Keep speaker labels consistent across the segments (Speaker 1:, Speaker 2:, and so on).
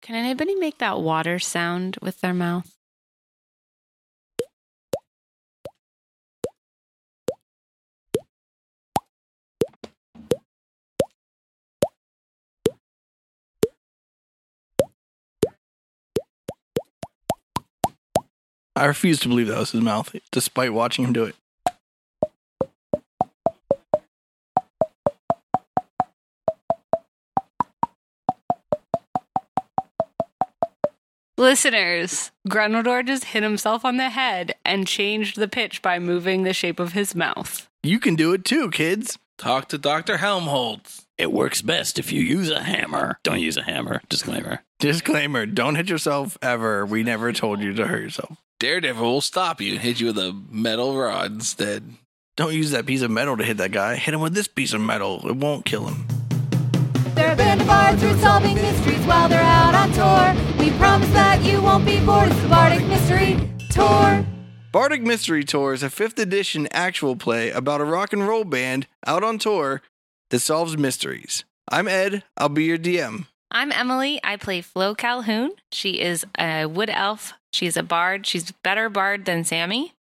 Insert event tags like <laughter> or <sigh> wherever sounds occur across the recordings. Speaker 1: Can anybody make that water sound with their mouth?
Speaker 2: I refuse to believe that was his mouth, despite watching him do it.
Speaker 3: Listeners, Grenador just hit himself on the head and changed the pitch by moving the shape of his mouth.
Speaker 2: You can do it too, kids.
Speaker 4: Talk to Dr. Helmholtz.
Speaker 5: It works best if you use a hammer. Don't use a hammer. Disclaimer.
Speaker 2: Disclaimer don't hit yourself ever. We never told you to hurt yourself.
Speaker 4: Daredevil will stop you and hit you with a metal rod instead.
Speaker 2: Don't use that piece of metal to hit that guy. Hit him with this piece of metal. It won't kill him.
Speaker 6: They're Bards, we're solving mysteries while they're out on tour. We promise that you won't be bored. It's the Bardic Mystery Tour.
Speaker 2: Bardic Mystery Tour is a 5th edition actual play about a rock and roll band out on tour that solves mysteries. I'm Ed. I'll be your DM.
Speaker 3: I'm Emily. I play Flo Calhoun. She is a wood elf. She's a bard. She's a better bard than Sammy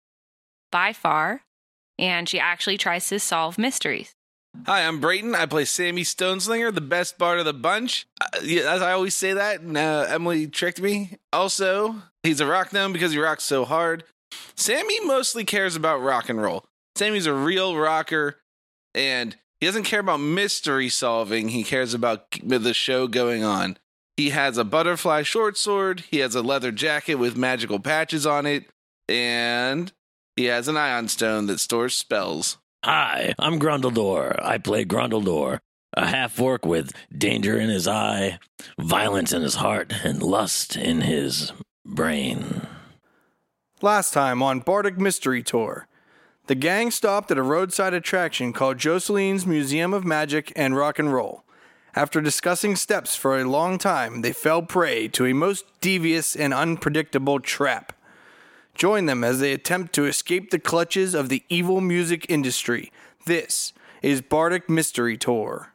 Speaker 3: by far. And she actually tries to solve mysteries.
Speaker 4: Hi, I'm Brayton. I play Sammy Stoneslinger, the best bard of the bunch. Uh, yeah, as I always say that, and, uh, Emily tricked me. Also, he's a rock gnome because he rocks so hard. Sammy mostly cares about rock and roll. Sammy's a real rocker, and he doesn't care about mystery solving. He cares about keeping the show going on. He has a butterfly short sword. He has a leather jacket with magical patches on it, and he has an ion stone that stores spells.
Speaker 5: Hi, I'm Grundledor. I play Grundledor, a half orc with danger in his eye, violence in his heart, and lust in his brain.
Speaker 2: Last time on Bardic Mystery Tour, the gang stopped at a roadside attraction called Joseline's Museum of Magic and Rock and Roll. After discussing steps for a long time, they fell prey to a most devious and unpredictable trap. Join them as they attempt to escape the clutches of the evil music industry. This is Bardic Mystery Tour.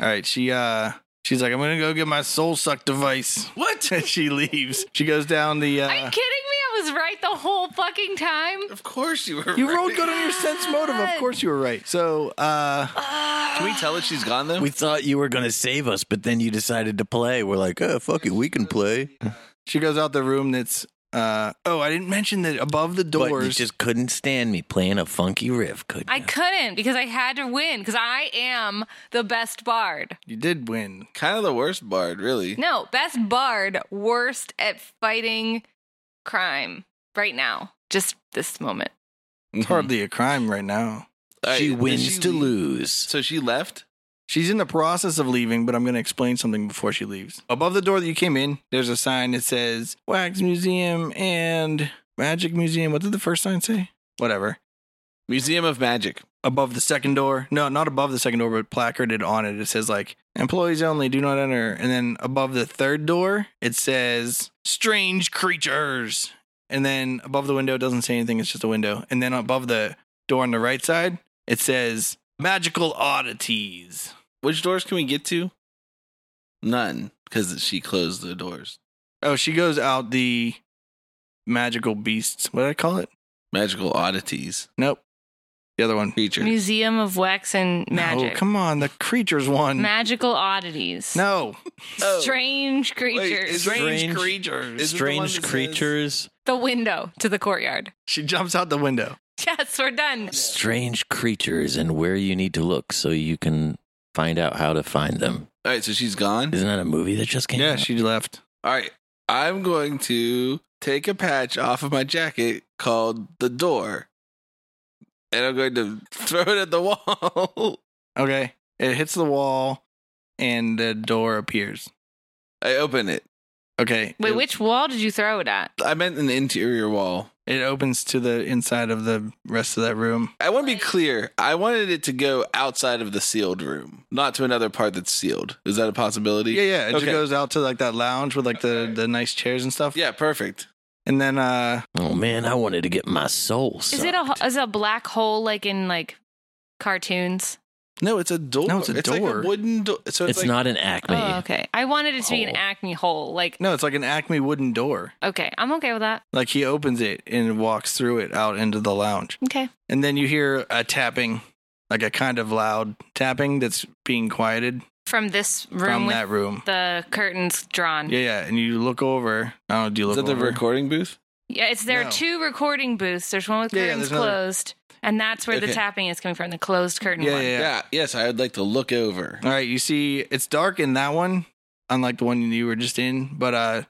Speaker 2: All right, she uh she's like I'm going to go get my soul suck device.
Speaker 4: What?
Speaker 2: <laughs> And she leaves. She goes down the uh
Speaker 3: Are you kidding me? I was right the whole fucking time.
Speaker 4: Of course you were.
Speaker 2: You
Speaker 4: right.
Speaker 2: rolled good
Speaker 5: <laughs>
Speaker 2: on your sense motive. Of course you were right. So, uh,
Speaker 4: Can we tell that she's gone though?
Speaker 5: We thought you were going to save us, but then you decided to play. We're like, oh, fuck it, we can play.
Speaker 2: she goes out the room that's, uh, oh, I didn't mention that above the
Speaker 5: But
Speaker 2: doors.
Speaker 5: you just couldn't stand me playing a funky riff, could you?
Speaker 3: I couldn't because I had to win because I am the best bard.
Speaker 2: you did win.
Speaker 4: Kind of the worst bard, really.
Speaker 3: No, best bard, worst at fighting crime right now. Just this moment.
Speaker 2: It's
Speaker 5: Mm-hmm.
Speaker 4: <laughs>
Speaker 2: hardly a crime right now.
Speaker 4: All right,
Speaker 5: she
Speaker 4: did
Speaker 5: wins
Speaker 4: she
Speaker 5: to
Speaker 4: leave?
Speaker 5: lose.
Speaker 4: So she left.
Speaker 2: She's in the process of leaving, but I'm going to explain something before she leaves. Above the door that you came in, there's a sign that says Wax Museum and Magic Museum. What did the first sign say? Whatever.
Speaker 4: Museum of Magic.
Speaker 2: Above the second door. No, not above the second door, but placarded on it. It says, like, employees only, do not enter. And then above the third door, it says, strange creatures. And then above the window, it doesn't say anything. It's just a window. And then above the door on the right side, it says, magical oddities.
Speaker 4: Which doors can we get to? None, because she closed the doors.
Speaker 2: Oh, she goes out the magical beasts. What did I call it?
Speaker 4: Magical oddities.
Speaker 2: Nope. The other one.
Speaker 4: Creature.
Speaker 3: Museum of Wax and Magic.
Speaker 2: No, come on. The creatures one.
Speaker 3: Magical oddities.
Speaker 2: no.
Speaker 4: Oh.
Speaker 3: Strange creatures.
Speaker 4: is
Speaker 5: there-
Speaker 2: Strange,
Speaker 5: Strange-
Speaker 2: creatures.
Speaker 4: Is it the one
Speaker 5: Strange
Speaker 4: that says-
Speaker 5: creatures,
Speaker 3: the window to the courtyard. <laughs>
Speaker 2: she jumps out the window.
Speaker 3: Yes, we're done.
Speaker 5: strange creatures, and where you need to look so you can find out how to find them.
Speaker 4: All right, so she's gone.
Speaker 5: Isn't that a movie that just came
Speaker 2: Yeah,
Speaker 5: out?
Speaker 2: she left.
Speaker 4: All right, I'm going to take a patch off of my jacket called the door, and I'm going to <laughs> throw it at the wall. <laughs>
Speaker 2: Okay. It hits the wall and the door appears.
Speaker 4: I open it.
Speaker 2: Okay.
Speaker 3: Wait,
Speaker 2: it,
Speaker 3: which wall did you throw it at?
Speaker 4: I meant an interior wall.
Speaker 2: It opens to the inside of the rest of that room.
Speaker 4: I want to be clear. I wanted it to go outside of the sealed room, not to another part that's sealed. Is that a possibility?
Speaker 2: Yeah, yeah. It just
Speaker 4: Okay.
Speaker 2: goes out to like that lounge with like the, the nice chairs and stuff.
Speaker 4: Yeah, perfect.
Speaker 2: And then uh
Speaker 5: Oh man, I wanted to get my soul.
Speaker 3: Is it a is it a black hole like in like cartoons?
Speaker 4: No, it's a door.
Speaker 2: No, it's a
Speaker 4: like
Speaker 2: door.
Speaker 4: a wooden door. So it's,
Speaker 5: It's
Speaker 4: like,
Speaker 5: not an Acme.
Speaker 3: Oh, okay. I wanted it to be an
Speaker 5: Hole.
Speaker 3: acne hole. Like,
Speaker 2: No, it's like an Acme wooden door.
Speaker 3: okay, I'm okay with that.
Speaker 2: Like he opens it and walks through it out into the lounge.
Speaker 3: Okay.
Speaker 2: And then you hear a tapping, like a kind of loud tapping that's being quieted
Speaker 3: From this room
Speaker 2: from
Speaker 3: with Mm-hmm.
Speaker 2: that room.
Speaker 3: the curtains drawn.
Speaker 2: Yeah, yeah. And you look over. I don't know. Do you
Speaker 4: Is
Speaker 2: look
Speaker 4: that the
Speaker 2: over?
Speaker 4: recording booth?
Speaker 3: Yeah, it's there are
Speaker 2: No.
Speaker 3: two recording booths. There's one with
Speaker 2: Yeah, yeah,
Speaker 3: curtains
Speaker 2: there's another-
Speaker 3: closed, and that's where the
Speaker 4: Okay.
Speaker 3: tapping is coming from, the closed curtain
Speaker 2: Yeah,
Speaker 3: one.
Speaker 2: yeah, yeah.
Speaker 4: Yes, I would like to look over.
Speaker 2: All right. You see, it's dark in that one, unlike the one you were just in. But uh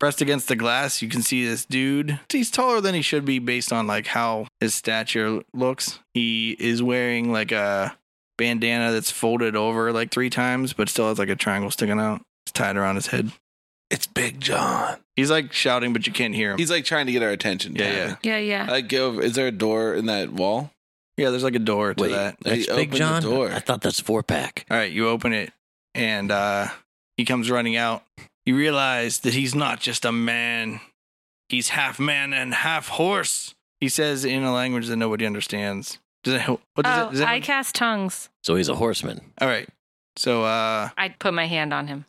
Speaker 2: pressed against the glass, you can see this dude. He's taller than he should be based on like how his stature looks. He is wearing like a bandana that's folded over like three times, but still has like a triangle sticking out. It's tied around his head.
Speaker 4: It's Big John.
Speaker 2: He's like shouting, but you can't hear him.
Speaker 4: He's like trying to get our attention.
Speaker 2: Yeah,
Speaker 4: kinda.
Speaker 2: yeah.
Speaker 3: Yeah,
Speaker 2: Uh,
Speaker 4: I
Speaker 3: yeah.
Speaker 4: like go over. Is there a door in that wall?
Speaker 2: yeah, there's like a door to
Speaker 5: Wait,
Speaker 2: that.
Speaker 4: He
Speaker 5: that's Big
Speaker 4: opened the
Speaker 5: John.
Speaker 4: door.
Speaker 5: I thought that's four pack.
Speaker 2: All right, you open it, and uh, he comes running out. You realize that he's not just a man, he's half man and half horse. He says in a language that nobody understands. Does it, what does
Speaker 3: Oh,
Speaker 2: it, does it
Speaker 3: I cast tongues.
Speaker 5: So he's a horseman.
Speaker 2: All right. So, uh,
Speaker 3: I put my hand on him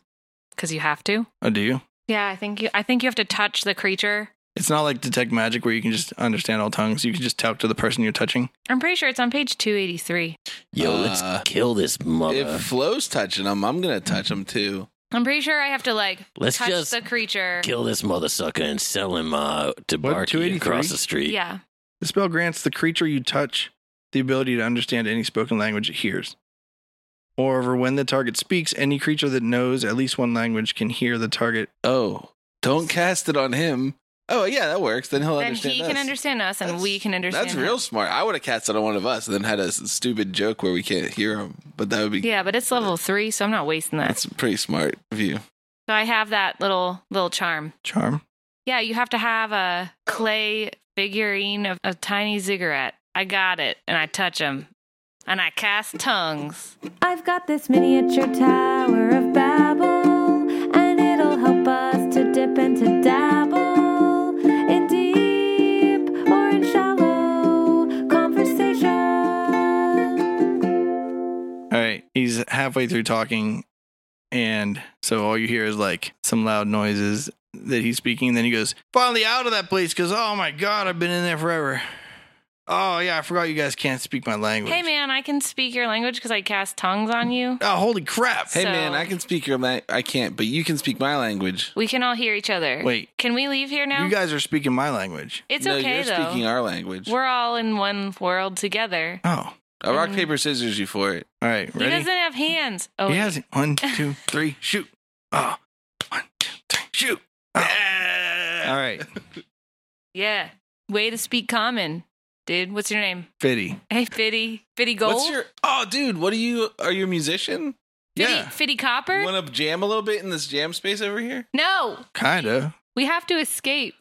Speaker 3: because you have to.
Speaker 2: oh, do you?
Speaker 3: Yeah, I think you. I think you have to touch the creature.
Speaker 2: It's not like detect magic where you can just understand all tongues. You can just talk to the person you're touching.
Speaker 3: I'm pretty sure it's on page 283.
Speaker 5: Yo, let's
Speaker 4: Uh,
Speaker 5: kill this mother.
Speaker 4: If Flo's touching him, I'm gonna touch him too.
Speaker 3: I'm pretty sure I have to like
Speaker 5: Let's
Speaker 3: touch
Speaker 5: just
Speaker 3: the creature.
Speaker 5: kill this mother sucker and sell him uh, to
Speaker 2: What,
Speaker 5: Barky
Speaker 2: 283?
Speaker 5: across the street.
Speaker 3: Yeah.
Speaker 2: The spell grants the creature you touch the ability to understand any spoken language it hears. Moreover, when the target speaks, any creature that knows at least one language can hear the target
Speaker 4: Oh, don't cast it on him. Oh yeah, that works. Then he'll
Speaker 3: Then
Speaker 4: understand.
Speaker 3: he
Speaker 4: us.
Speaker 3: can understand us, and
Speaker 4: That's-
Speaker 3: we can understand.
Speaker 4: That's
Speaker 3: him.
Speaker 4: real smart. I would have cast it on one of us and then had a s- stupid joke where we can't hear him. But that would be
Speaker 3: Yeah, but it's level three, so I'm not wasting that.
Speaker 4: that's a pretty smart view.
Speaker 3: So I have that little little charm.
Speaker 2: charm.
Speaker 3: Yeah, you have to have a clay figurine of a tiny ziggurat. I got it, and I touch him, and I cast tongues.
Speaker 6: I've got this miniature tower of Babel, and it'll help us to dip and to dabble in deep or in shallow conversation.
Speaker 2: All right, he's halfway through talking, and so all you hear is like some loud noises that he's speaking. And then he goes, "Finally out of that place, because oh my god, I've been in there forever." Oh yeah, I forgot you guys can't speak my language.
Speaker 3: Hey man, I can speak your language because I cast tongues on you.
Speaker 2: Oh holy crap!
Speaker 4: Hey
Speaker 3: So-
Speaker 4: man, I can speak your language. I can't, but you can speak my language.
Speaker 3: We can all hear each other.
Speaker 2: Wait.
Speaker 3: can we leave here now?
Speaker 2: You guys are speaking my language.
Speaker 3: it's
Speaker 4: no,
Speaker 3: okay
Speaker 4: you're
Speaker 3: though.
Speaker 4: speaking our language.
Speaker 3: We're all in one world together.
Speaker 2: Oh,
Speaker 4: I rock paper scissors you for it.
Speaker 2: all right,
Speaker 3: He
Speaker 2: ready?
Speaker 3: doesn't have hands. Oh,
Speaker 2: He
Speaker 3: wait.
Speaker 2: has it.
Speaker 3: <laughs>
Speaker 2: One, two, three, shoot! Oh, one, two, three, shoot! Oh. All right,
Speaker 3: yeah. Way to speak common, dude. What's your name?
Speaker 2: Fitty.
Speaker 3: Hey, Fitty. Fitty Gold.
Speaker 4: What's your? Oh, dude, what are you? Are you a musician?
Speaker 3: Fitty,
Speaker 2: Yeah,
Speaker 3: Fitty Copper?
Speaker 4: You want to jam a little bit in this jam space over here?
Speaker 3: no,
Speaker 2: kinda.
Speaker 3: we have to escape.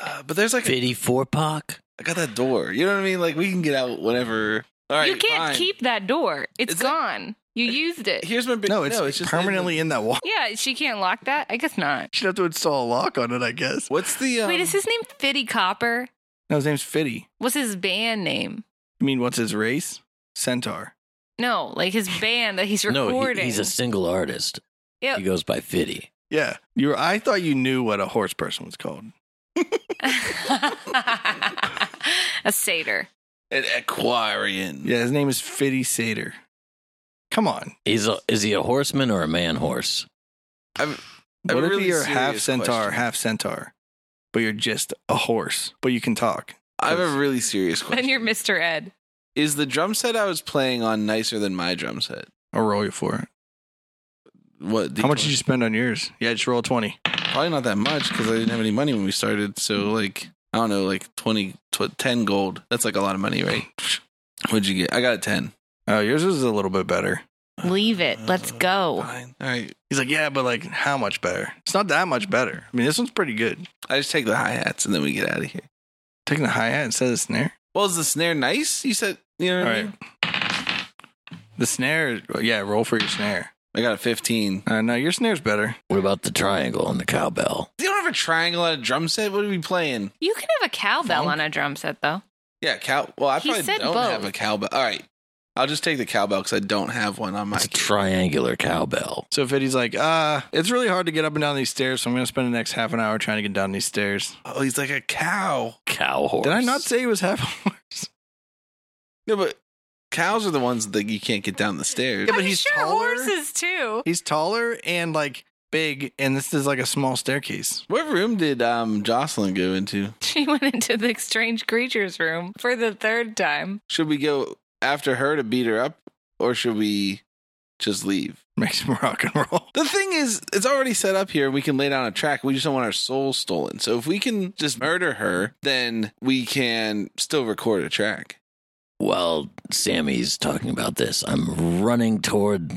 Speaker 4: Uh, but there's like a,
Speaker 5: Fitty four pack.
Speaker 4: I got that door. You know what I mean? Like we can get out whenever. All right,
Speaker 3: you can't
Speaker 4: fine.
Speaker 3: keep that door. It's
Speaker 4: It's
Speaker 3: gone. you used it.
Speaker 4: Here's my big.
Speaker 2: No, it's,
Speaker 4: just in the-
Speaker 2: permanently in that wall.
Speaker 3: yeah, she can't lock that. I guess not.
Speaker 2: She'd have to install a lock on it, I guess.
Speaker 4: what's the? Um,
Speaker 3: Wait, is his name Fitty Copper?
Speaker 2: No, his name's Fitty.
Speaker 3: What's his band name?
Speaker 2: You mean what's his race? Centaur.
Speaker 3: No, like his band that he's
Speaker 5: <laughs> No, he-
Speaker 3: recording.
Speaker 5: he's a single artist.
Speaker 3: Yeah.
Speaker 5: He goes by Fitty.
Speaker 2: Yeah. You were, I thought you knew what a horse person was called.
Speaker 3: <laughs> a satyr.
Speaker 4: an Aquarian?
Speaker 2: Yeah, his name is Fitty Sater. Come on.
Speaker 5: He's a, is he a horseman or a man horse?
Speaker 4: A
Speaker 2: what
Speaker 4: really
Speaker 2: if you're half
Speaker 4: serious
Speaker 2: centaur,
Speaker 4: question.
Speaker 2: half centaur, but you're just a horse, but you can talk?
Speaker 4: I have a really serious
Speaker 3: Then
Speaker 4: question.
Speaker 3: you're Mr. Ed.
Speaker 4: Is the drum set I was playing on nicer than my drum set?
Speaker 2: I'll roll you for it.
Speaker 4: What?
Speaker 2: How much did you spend on yours? Yeah, just roll 20.
Speaker 4: Probably not that much because I didn't have any money when we started. So like I don't know, like 20, tw- 10 gold. That's like a lot of money, <sighs> right? What'd you get? I got a ten.
Speaker 2: Oh, yours was a little bit better.
Speaker 3: Leave it.
Speaker 5: Uh,
Speaker 3: Let's go.
Speaker 4: Fine. All right.
Speaker 2: He's like, yeah, but like, how much better? It's not that much better. I mean, this one's pretty good.
Speaker 4: I just take the hi hats and then we get out of here.
Speaker 2: Taking the hi hat instead of the snare.
Speaker 4: Well, is the snare nice? You said you know.
Speaker 2: All
Speaker 4: What I,
Speaker 2: right.
Speaker 4: mean?
Speaker 2: The snare, yeah, roll for your snare.
Speaker 4: I got a fifteen.
Speaker 2: Uh, no, your snare's better.
Speaker 5: What about the triangle and the cowbell?
Speaker 4: <laughs> You don't have a triangle on a drum set. What are we playing?
Speaker 3: You can have a cowbell on a drum set, though.
Speaker 4: Yeah, cow. Well, I
Speaker 3: He
Speaker 4: probably
Speaker 3: said
Speaker 4: don't
Speaker 3: both.
Speaker 4: have a cowbell. All right, I'll just take the cowbell because I don't have one on my.
Speaker 5: It's a triangular cowbell.
Speaker 2: So Fiddy's like, uh, it's really hard to get up and down these stairs, so I'm gonna spend the next half an hour trying to get down these stairs.
Speaker 4: Oh, he's like a cow.
Speaker 5: Cow horse.
Speaker 2: Did I not say he was half horse?
Speaker 4: No, but cows are the ones that you can't get down the stairs.
Speaker 2: Yeah, but he's
Speaker 3: sure
Speaker 2: taller.
Speaker 3: horses too. <laughs>
Speaker 2: <laughs> He's taller and like big, and this is like a small staircase. <laughs>
Speaker 4: What room did um, Jocelyn go into?
Speaker 3: She went into the strange creatures room for the third
Speaker 4: <laughs>
Speaker 3: time.
Speaker 4: Should we go after her to beat her up, or should we just leave?
Speaker 2: Makes him rock and roll.
Speaker 4: The thing is, it's already set up here. We can lay down a track. We just don't want our soul stolen. So if we can just murder her, then we can still record a track.
Speaker 5: While Sammy's talking about this, I'm running toward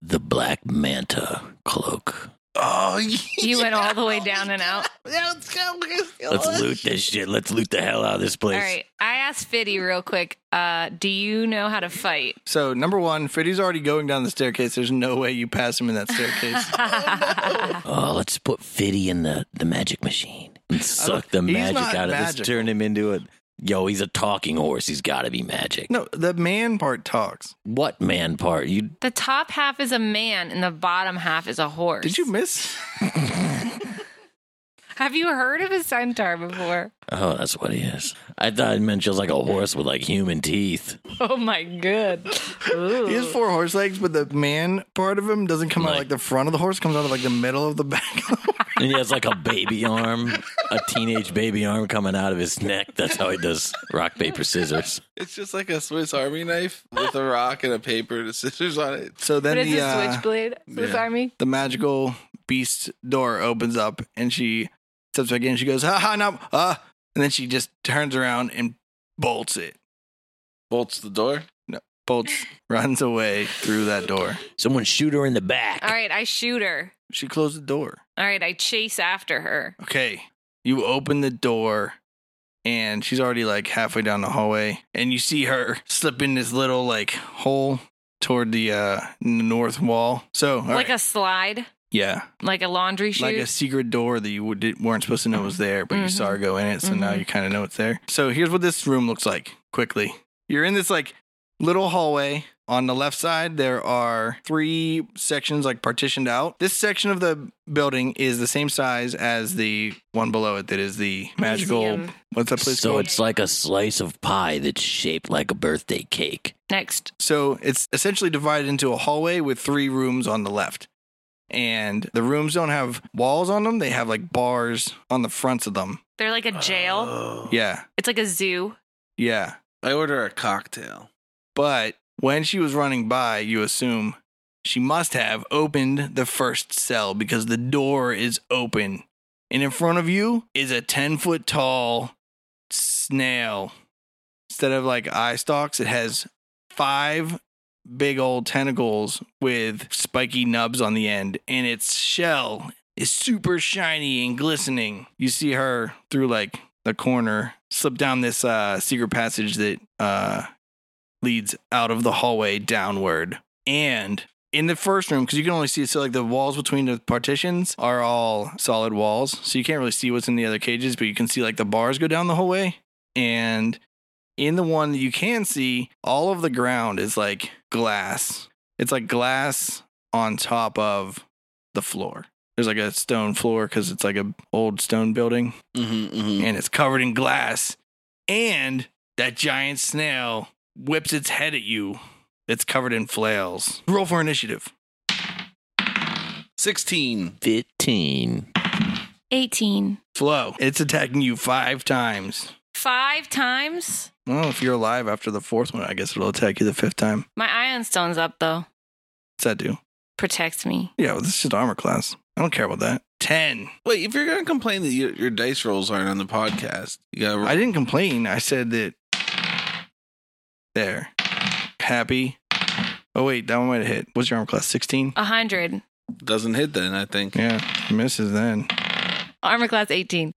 Speaker 5: the black manta cloak.
Speaker 4: Oh,
Speaker 3: You went all the way down and out.
Speaker 4: Let's go.
Speaker 2: Oh.
Speaker 5: Let's loot this shit. Let's loot the hell out of this place.
Speaker 3: All right. I asked Fiddy real quick, uh, do you know how to fight?
Speaker 2: So number one, Fiddy's already going down the staircase. There's no way you pass him in that <laughs> staircase.
Speaker 5: Oh, let's put Fiddy in the, the magic machine and suck the
Speaker 2: he's
Speaker 5: magic
Speaker 2: not
Speaker 5: out of
Speaker 2: magical.
Speaker 5: this. Turn him into a yo. He's a talking horse. He's got to be magic.
Speaker 2: no, the man part talks.
Speaker 5: What man part? You
Speaker 3: The top half is a man and the bottom half is a horse.
Speaker 2: Did you miss?
Speaker 3: Have you heard of a centaur before?
Speaker 5: oh, that's what he is. I thought it meant just like a horse with like human teeth.
Speaker 3: <laughs> Oh my good.
Speaker 2: He has four horse legs, but the man part of him doesn't come out
Speaker 5: Like-
Speaker 2: like the front of the horse. Comes out of like the middle of the back. <laughs> Of the horse.
Speaker 5: And he has like a baby arm, a teenage baby arm coming out of his neck. That's how he does rock paper scissors.
Speaker 4: It's just like a Swiss Army knife with a rock and a paper and scissors on it.
Speaker 2: So then
Speaker 3: What is
Speaker 2: the
Speaker 3: a
Speaker 2: uh,
Speaker 3: switchblade? Swiss
Speaker 4: yeah.
Speaker 3: Army?
Speaker 2: the magical beast door opens up and she steps back in. She goes, ha ha, no, uh, and then she just turns around and bolts it.
Speaker 4: Bolts the door.
Speaker 2: Bolts, <laughs> runs away through that door.
Speaker 5: Someone shoot her in the back.
Speaker 3: All right, I shoot her.
Speaker 2: She closed the door.
Speaker 3: All right, I chase after her.
Speaker 2: Okay, you open the door and she's already like halfway down the hallway and you see her <laughs> slip in this little like hole toward the uh n- north wall. So, all
Speaker 3: like
Speaker 2: right.
Speaker 3: a slide,
Speaker 2: yeah,
Speaker 3: like a laundry chute.
Speaker 2: like a secret door that you would, did- weren't supposed to know was there, but you saw her go in it, so now
Speaker 3: Mhm.
Speaker 2: you kind of know it's there. So here's what this room looks like. Quickly, you're in this like little hallway. On the left side, there are three sections like partitioned out. This section of the building is the same size as the one below it that is the magical.
Speaker 3: Museum.
Speaker 2: What's that place
Speaker 5: So
Speaker 2: called?
Speaker 5: it's like a slice of pie that's shaped like a birthday cake.
Speaker 3: Next.
Speaker 2: So it's essentially divided into a hallway with three rooms on the left. And the rooms don't have walls on them, they have like bars on the fronts of them.
Speaker 3: They're like a jail.
Speaker 2: Uh. Yeah.
Speaker 3: It's like a zoo.
Speaker 2: Yeah.
Speaker 4: I order a cocktail.
Speaker 2: But when she was running by, you assume she must have opened the first cell because the door is open. And in front of you is a 10 foot tall snail. Instead of like eye stalks, it has five big old tentacles with spiky nubs on the end. And its shell is super shiny and glistening. You see her through like the corner slip down this uh, secret passage that uh, leads out of the hallway downward. And in the first room, because you can only see so like the walls between the partitions are all solid walls, so you can't really see what's in the other cages, but you can see like the bars go down the hallway. And in the one that you can see, all of the ground is like glass. It's like glass on top of the floor. There's like a stone floor because it's like a old stone building
Speaker 4: Mm-hmm, mm-hmm.
Speaker 2: and it's covered in glass. And that giant snail whips its head at you. It's covered in flails. Roll for initiative.
Speaker 4: 16.
Speaker 5: 15.
Speaker 3: 18.
Speaker 2: Flo, it's attacking you five times.
Speaker 3: Five times?
Speaker 2: Well, if you're alive after the fourth one, I guess it'll attack you the fifth time.
Speaker 3: My ion stone's up, though.
Speaker 2: What's that do?
Speaker 3: Protects me.
Speaker 2: Yeah, well, this is just armor class. I don't care about that. Ten.
Speaker 4: Wait, if you're going to complain that your, your dice rolls aren't on the podcast, you got
Speaker 2: I didn't complain. I said that. There. Happy. Oh, wait, that one might have hit. What's your armor class? 16?
Speaker 3: A 100.
Speaker 4: doesn't hit then, I think.
Speaker 2: Yeah, misses then.
Speaker 3: Armor class 18.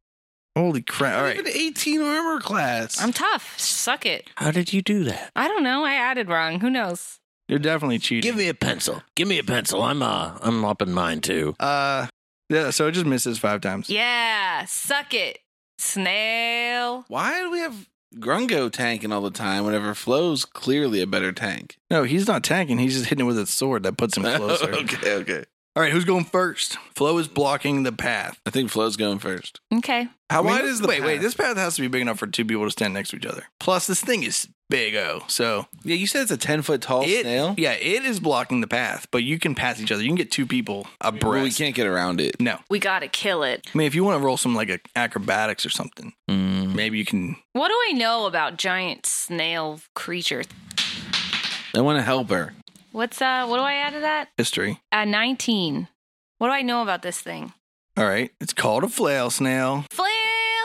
Speaker 2: Holy crap. All
Speaker 4: All right.
Speaker 2: right.
Speaker 4: Even 18 armor class.
Speaker 3: I'm tough. Suck it.
Speaker 5: How did you do that?
Speaker 3: I don't know. I added wrong. Who knows?
Speaker 2: You're definitely cheating.
Speaker 5: Give me a pencil. Give me a pencil. I'm uh I'm up in mine too.
Speaker 2: Uh, yeah. So it just misses five times.
Speaker 3: Yeah. Suck it. Snail.
Speaker 4: Why do we have Grungo tanking all the time whenever Flo's clearly a better tank.
Speaker 2: No, he's not tanking. He's just hitting it with his sword that
Speaker 4: <laughs>
Speaker 2: puts him closer.
Speaker 4: okay, okay.
Speaker 2: All right, who's going first? Flo is blocking the path.
Speaker 4: I think Flo's going first.
Speaker 3: Okay.
Speaker 2: I
Speaker 4: How
Speaker 2: mean,
Speaker 4: wide
Speaker 2: this-
Speaker 4: is the
Speaker 2: wait? Wait,
Speaker 4: path?
Speaker 2: this path has to be big enough for two people to stand next to each other. Plus, this thing is big O, so
Speaker 4: Yeah, you said it's a ten foot tall
Speaker 2: it
Speaker 4: snail.
Speaker 2: yeah, it is blocking the path. But you can pass each other. You can get two people abreast.
Speaker 4: Well, we can't get around it.
Speaker 2: No,
Speaker 3: We got to kill it.
Speaker 2: I mean if you want to roll some like a, acrobatics or something,
Speaker 4: Hmm.
Speaker 2: maybe you can.
Speaker 3: What do I know about giant snail creature?
Speaker 4: I want to help her.
Speaker 3: What's uh what do I add to that?
Speaker 2: History.
Speaker 3: Uh 19. What do I know about this thing?
Speaker 2: All right, it's called a flail snail,
Speaker 3: Flail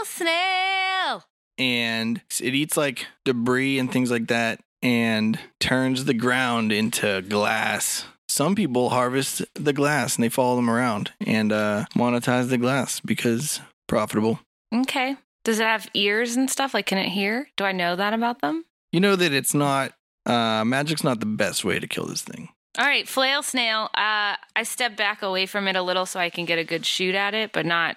Speaker 3: snail.
Speaker 2: and it eats like debris and things like that, and turns the ground into glass. Some people harvest the glass and they follow them around and uh, monetize the glass because profitable.
Speaker 3: Okay. Does it have ears and stuff? Like can it hear? Do I know that about them?
Speaker 2: You know that it's not uh magic's not the best way to kill this thing.
Speaker 3: All right, flail snail. Uh, I step back away from it a little so I can get a good shoot at it, but not.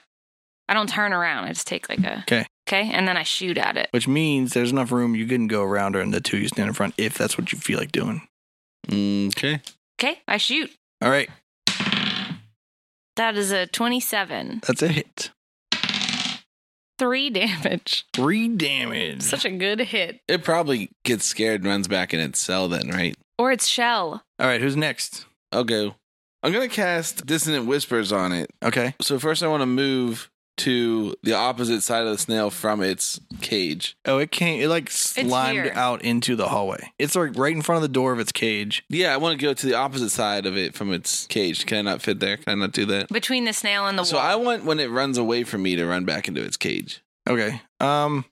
Speaker 3: I don't turn around. I just take like a
Speaker 2: 'Kay.
Speaker 3: okay, and then I shoot at it.
Speaker 2: Which means there's enough room you can go around her and the two you stand in front if that's what you feel like doing.
Speaker 4: Okay.
Speaker 3: Okay, I shoot.
Speaker 2: All right,
Speaker 3: That is a twenty-seven,
Speaker 2: that's a hit.
Speaker 3: three <laughs> damage.
Speaker 2: Three damage.
Speaker 3: Such a good hit.
Speaker 4: It probably gets scared and runs back in its cell then, right?
Speaker 3: Or its shell.
Speaker 2: All right, who's next?
Speaker 4: I'll go. I'm gonna cast dissonant whispers on it.
Speaker 2: Okay.
Speaker 4: So first I wanna move to the opposite side of the snail from its cage.
Speaker 2: Oh, it came. It like slimed
Speaker 3: here.
Speaker 2: out into the hallway. It's like right in front of the door of its cage.
Speaker 4: Yeah, I want to go to the opposite side of it from its cage. Can I not fit there? Can I not do that?
Speaker 3: Between the snail and the
Speaker 4: So
Speaker 3: wall.
Speaker 4: I want when it runs away from me to run back into its cage.
Speaker 2: Okay. Um,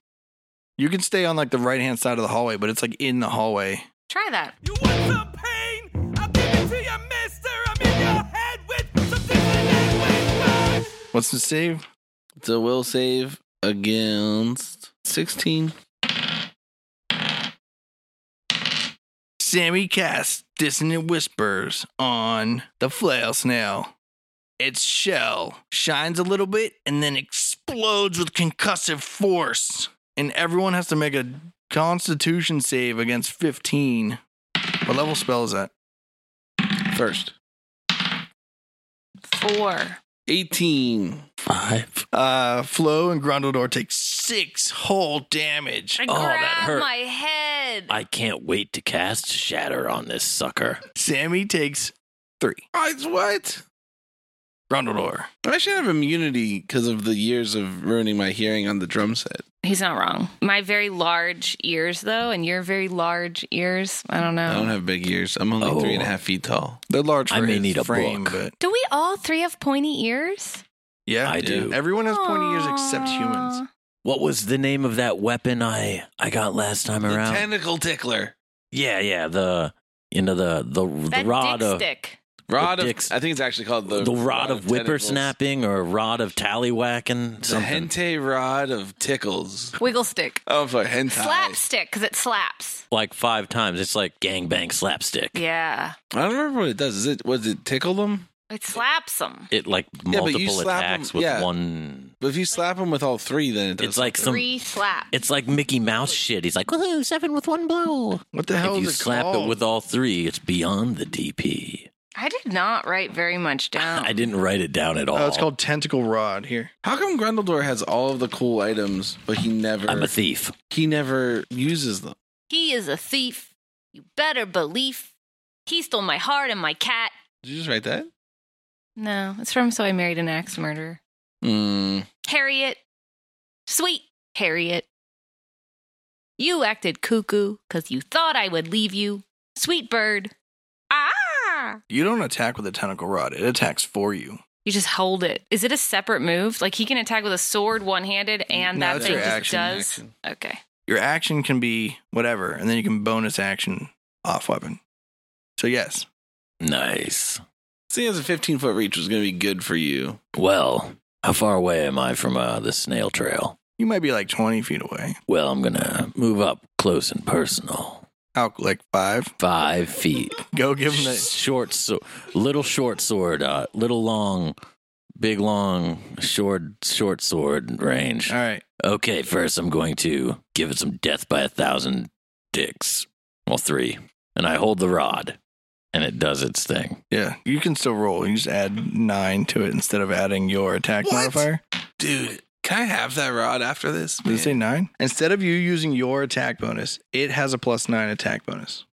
Speaker 2: you can stay on like the right hand side of the hallway, but it's like in the hallway.
Speaker 3: Try that.
Speaker 7: You want some pain? I'll give it to you, mister. I'm in your head with some different language. words.
Speaker 2: What's the save?
Speaker 4: So we'll save against 16.
Speaker 2: Sammy casts dissonant whispers on the flail snail. Its shell shines a little bit and then explodes with concussive force. And everyone has to make a constitution save against 15. What level spell is that?
Speaker 4: First.
Speaker 3: Four.
Speaker 4: 18.
Speaker 5: Five.
Speaker 2: Uh, Flo and Grundledor take six whole damage.
Speaker 3: I
Speaker 5: Oh, that
Speaker 3: grab
Speaker 5: hurt.
Speaker 3: my head.
Speaker 5: I can't wait to cast Shatter on this sucker.
Speaker 2: Sammy takes three.
Speaker 4: I, what?
Speaker 2: Grundledor.
Speaker 4: I should have immunity because of the years of ruining my hearing on the drum set.
Speaker 3: He's not wrong. My very large ears, though, and your very large ears. I don't know.
Speaker 4: I don't have big ears. I'm only
Speaker 5: Oh.
Speaker 4: three and a half feet tall.
Speaker 2: They're large for
Speaker 5: I may
Speaker 2: his
Speaker 5: need a
Speaker 2: frame,
Speaker 5: book.
Speaker 2: but
Speaker 3: Do we all three have pointy ears?
Speaker 2: yeah,
Speaker 5: I do.
Speaker 2: Everyone has pointy ears except humans.
Speaker 5: What was the name of that weapon I I got last time around?
Speaker 4: tentacle tickler.
Speaker 5: yeah, yeah, the you know the the, the
Speaker 3: That
Speaker 5: rod
Speaker 3: dick
Speaker 5: of
Speaker 3: stick.
Speaker 4: Rod of,
Speaker 5: dicks-
Speaker 4: I think it's actually called the,
Speaker 5: the, rod of
Speaker 4: tentacles.
Speaker 5: whippersnapping or rod of tallywhacking
Speaker 4: The
Speaker 5: something.
Speaker 4: hente rod of tickles.
Speaker 3: Wiggle stick.
Speaker 4: Oh, for hentai.
Speaker 3: Slapstick, because it slaps.
Speaker 5: like five times. It's like gangbang slapstick.
Speaker 3: Yeah.
Speaker 4: I don't remember what it does. Is it was it tickle them?
Speaker 3: It slaps them.
Speaker 5: It like
Speaker 4: you
Speaker 5: multiple
Speaker 4: slap 'em-
Speaker 5: attacks with
Speaker 4: yeah.
Speaker 5: one.
Speaker 4: But if you slap them with all three, then it does.
Speaker 5: It's like some.
Speaker 3: Three slaps.
Speaker 5: It's like Mickey Mouse shit. He's like, woohoo, seven with one blow.
Speaker 2: What the hell is
Speaker 5: if you
Speaker 2: it
Speaker 5: slap
Speaker 2: called?
Speaker 5: it with all three, it's beyond the DP.
Speaker 3: I did not write very much down.
Speaker 5: <laughs> I didn't write it down at all.
Speaker 2: Oh, it's called Tentacle Rod here.
Speaker 4: how come Grundledor has all of the cool items, but he never
Speaker 5: I'm a thief.
Speaker 4: he never uses them?
Speaker 3: He is a thief. You better believe. He stole my heart and my cat.
Speaker 4: Did you just write that?
Speaker 3: No, it's from So I Married an Axe Murderer.
Speaker 4: Mm.
Speaker 3: Harriet. Sweet Harriet. You acted cuckoo because you thought I would leave you. Sweet bird. Ah!
Speaker 2: You don't attack with a tentacle rod, it attacks for you.
Speaker 3: You just hold it. Is it a separate move? Like he can attack with a sword one handed and
Speaker 2: No,
Speaker 3: that
Speaker 2: that's
Speaker 3: thing
Speaker 2: your
Speaker 3: just
Speaker 2: action,
Speaker 3: does?
Speaker 4: action.
Speaker 3: Okay.
Speaker 2: Your action can be whatever, and then you can bonus action off weapon. So, yes.
Speaker 5: Nice.
Speaker 4: Seeing as a 15 foot reach was going to be good for you.
Speaker 5: Well, how far away am I from uh, the snail trail?
Speaker 2: You might be like 20 feet away.
Speaker 5: Well, I'm going to move up close and personal.
Speaker 2: Out like five. <laughs>
Speaker 5: Five feet.
Speaker 2: Go give him the.
Speaker 5: Short, so, little short sword, uh, little long big, long, short, short sword range.
Speaker 2: All right.
Speaker 5: Okay, first I'm going to give it some death by a thousand dicks. Well, three. And I hold the rod, and it does its thing.
Speaker 2: Yeah, you can still roll. You just add nine to it instead of adding your attack
Speaker 4: What?
Speaker 2: modifier.
Speaker 4: Dude, can I have that rod after this?
Speaker 2: Did it say
Speaker 4: man?
Speaker 2: nine? Instead of you using your attack bonus, it has a plus nine attack bonus.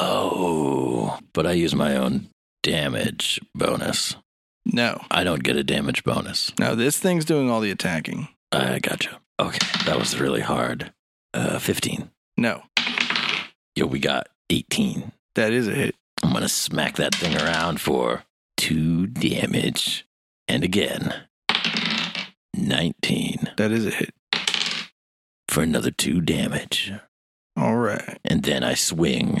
Speaker 5: Oh, but I use my own damage bonus.
Speaker 2: No,
Speaker 5: I don't get a damage bonus.
Speaker 2: no, this thing's doing all the attacking.
Speaker 5: I gotcha. Okay, that was really hard. Uh, 15.
Speaker 2: No,
Speaker 5: Yo, we got 18.
Speaker 2: that is a hit.
Speaker 5: I'm gonna smack that thing around for two damage. And again, 19
Speaker 2: That is a hit.
Speaker 5: for another two damage.
Speaker 2: All right.
Speaker 5: And then I swing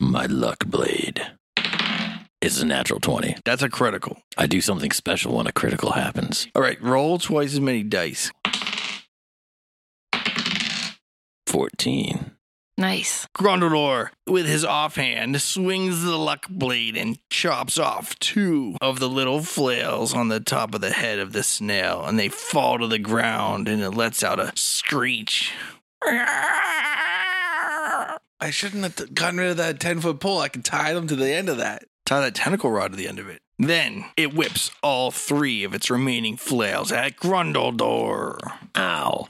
Speaker 5: my luck blade. It's a natural 20.
Speaker 2: That's a critical.
Speaker 5: I do something special when a critical happens.
Speaker 2: All right, roll twice as many dice.
Speaker 5: 14.
Speaker 3: Nice.
Speaker 2: Grundledor, with his offhand, swings the luck blade and chops off two of the little flails on the top of the head of the snail, and they fall to the ground, and it lets out a screech.
Speaker 4: I shouldn't have gotten rid of that 10 foot pole. I can tie them to the end of that.
Speaker 2: Tie that tentacle rod to the end of it. Then it whips all three of its remaining flails at Grundledor.
Speaker 5: Ow.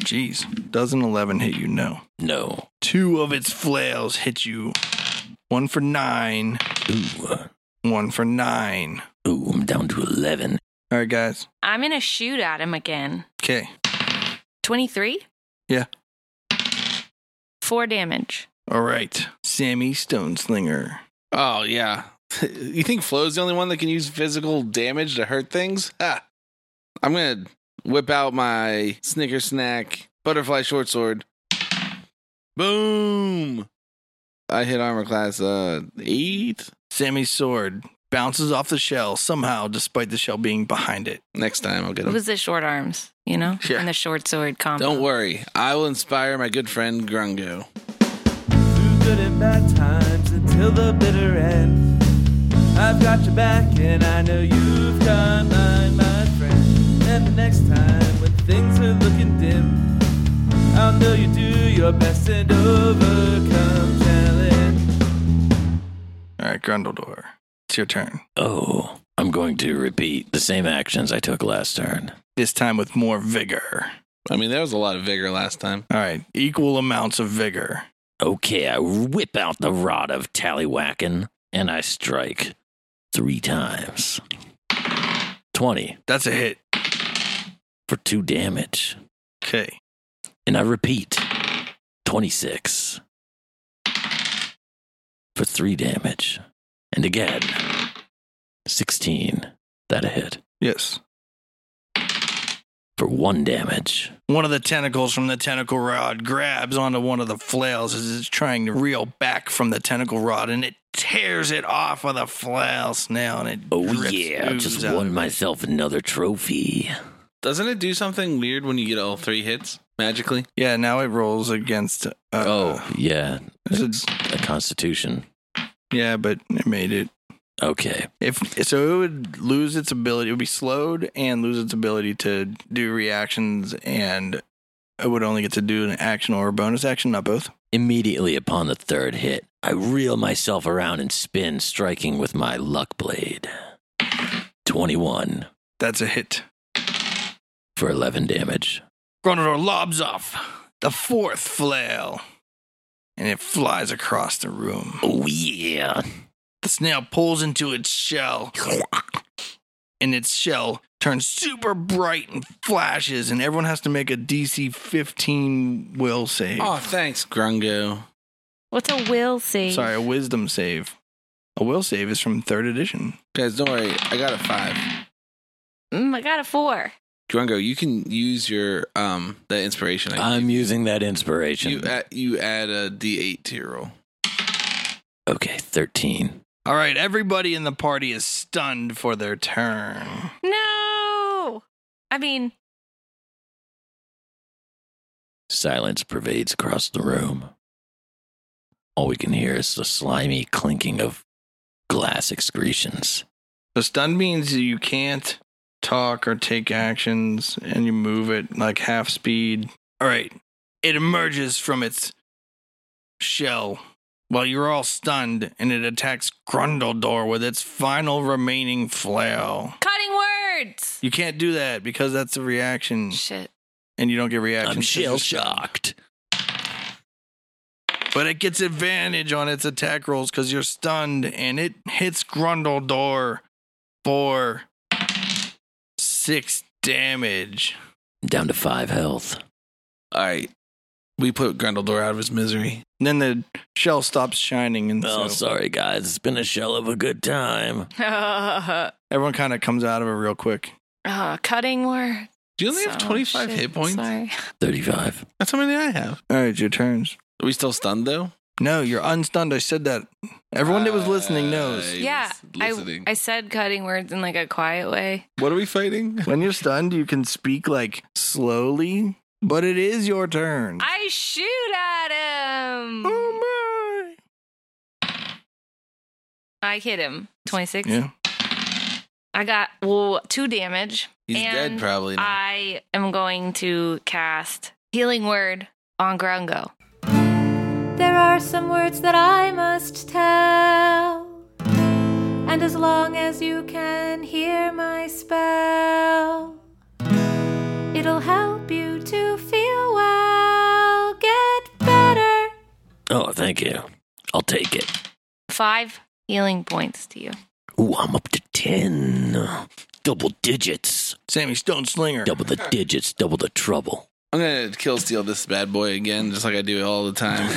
Speaker 2: Jeez, doesn't 11 hit you? No.
Speaker 5: No.
Speaker 2: Two of its flails hit you. One for nine,
Speaker 5: Ooh.
Speaker 2: one for nine.
Speaker 5: Ooh, I'm down to 11.
Speaker 2: All right, guys.
Speaker 3: I'm going to shoot at him again.
Speaker 2: Okay.
Speaker 3: 23?
Speaker 2: Yeah.
Speaker 3: Four damage.
Speaker 2: All right. Sammy Stoneslinger.
Speaker 4: Oh, yeah. <laughs> you think Flo's the only one that can use physical damage to hurt things? Ha! I'm going to whip out my Snicker Snack Butterfly Short Sword. Boom! I hit armor class uh eight
Speaker 2: Sammy's sword bounces off the shell somehow, despite the shell being behind it.
Speaker 4: Next time I'll get
Speaker 3: It
Speaker 4: him.
Speaker 3: was the short arms, you know?
Speaker 4: Yeah.
Speaker 3: And the short sword combo.
Speaker 4: Don't worry, I will inspire my good friend Grungo.
Speaker 7: through good and bad times until the bitter end. I've got your back, and I know you've got mine, my friend. And the next time when things are looking dim, I'll know you do your best and overcome challenge.
Speaker 2: All right, Grundledor. It's your turn.
Speaker 5: Oh, I'm going to repeat the same actions I took last turn.
Speaker 2: This time with more vigor.
Speaker 4: I mean, there was a lot of vigor last time.
Speaker 2: All right, equal amounts of vigor.
Speaker 5: Okay, I whip out the rod of tallywhacking and I strike three times. 20
Speaker 2: That's a hit.
Speaker 5: for two damage.
Speaker 2: Okay.
Speaker 5: And I repeat 26 for three damage. And again, 16. That a hit
Speaker 2: Yes.
Speaker 5: for one damage.
Speaker 2: One of the tentacles from the tentacle rod grabs onto one of the flails as it's trying to reel back from the tentacle rod, and it tears it off with a flail snail, and it
Speaker 5: Oh,
Speaker 2: drips
Speaker 5: yeah,
Speaker 2: ooze
Speaker 5: just
Speaker 2: out of
Speaker 5: won
Speaker 2: it.
Speaker 5: myself another trophy.
Speaker 4: Doesn't it do something weird when you get all three hits magically?
Speaker 2: Yeah, now it rolls against. Uh,
Speaker 5: oh, yeah,
Speaker 2: it's a-
Speaker 5: a constitution.
Speaker 2: yeah, but it made it.
Speaker 5: Okay.
Speaker 2: If so, it would lose its ability. It would be slowed and lose its ability to do reactions, and it would only get to do an action or a bonus action, not both.
Speaker 5: Immediately upon the third hit, I reel myself around and spin, striking with my luck blade. 21
Speaker 2: That's a hit.
Speaker 5: for 11 damage.
Speaker 2: Gronador lobs off the fourth flail, and it flies across the room.
Speaker 5: Oh, yeah.
Speaker 2: The snail pulls into its shell, and its shell turns super bright and flashes, and everyone has to make a DC 15 will save.
Speaker 4: Oh, thanks, Grungo.
Speaker 3: What's a will save?
Speaker 2: Sorry, a wisdom save. A will save is from third edition.
Speaker 4: Guys, don't worry, I got a five.
Speaker 3: Mm, I got a four.
Speaker 4: Grungo, you can use your um the inspiration. I
Speaker 5: I'm using that inspiration.
Speaker 4: you add, you add a d8 to your roll.
Speaker 5: okay, 13.
Speaker 2: All right, everybody in the party is stunned for their turn.
Speaker 3: No! I mean,
Speaker 5: Silence pervades across the room. All we can hear is the slimy clinking of glass excretions
Speaker 2: So stunned means you can't talk or take actions and you move at like half speed. All right. It emerges from its shell while you're all stunned and it attacks Grundledor with its final remaining flail.
Speaker 3: Cutting words.
Speaker 2: You can't do that because that's a reaction
Speaker 3: Shit. <laughs>
Speaker 2: and you don't get reaction.
Speaker 5: I'm shell shocked.
Speaker 2: But it gets advantage on its attack rolls because you're stunned, and it hits Grundledor for six damage.
Speaker 5: Down to five health.
Speaker 4: All right. We put Grundledor out of his misery.
Speaker 2: And then the shell stops shining, and
Speaker 5: Oh,
Speaker 2: so
Speaker 5: sorry, guys. It's been a shell of a good time.
Speaker 3: uh,
Speaker 2: everyone kind of comes out of it real quick.
Speaker 3: cutting words.
Speaker 4: Do you only have
Speaker 3: So,
Speaker 4: 25
Speaker 3: Oh, shit,
Speaker 4: hit points?
Speaker 3: Sorry.
Speaker 5: 35.
Speaker 4: That's how many I have.
Speaker 2: All right, your turns.
Speaker 4: Are we still stunned though?
Speaker 2: No, you're unstunned. I said that. Everyone that was listening knows.
Speaker 4: I
Speaker 3: Yeah,
Speaker 4: was
Speaker 3: I,
Speaker 4: listening.
Speaker 3: I said cutting words in like a quiet way.
Speaker 4: What are we fighting? <laughs>
Speaker 2: When you're stunned, you can speak like slowly, but it is your turn.
Speaker 3: I shoot at him.
Speaker 2: oh
Speaker 3: I hit him. 26.
Speaker 2: my! Yeah.
Speaker 3: I got well, two damage.
Speaker 4: He's
Speaker 3: And
Speaker 4: dead probably. Now.
Speaker 3: I am going to cast Healing Word on Grungo.
Speaker 6: There are some words that I must tell. And as long as you can hear my spell, it'll help you to feel well. Get better.
Speaker 5: Oh, thank you. I'll take it.
Speaker 3: Five healing points to you.
Speaker 5: Ooh, I'm up to 10. Double digits.
Speaker 2: Sammy Stone Slinger.
Speaker 5: Double the digits, double the trouble. <laughs>
Speaker 4: I'm gonna kill steal this bad boy again, just like I do all the time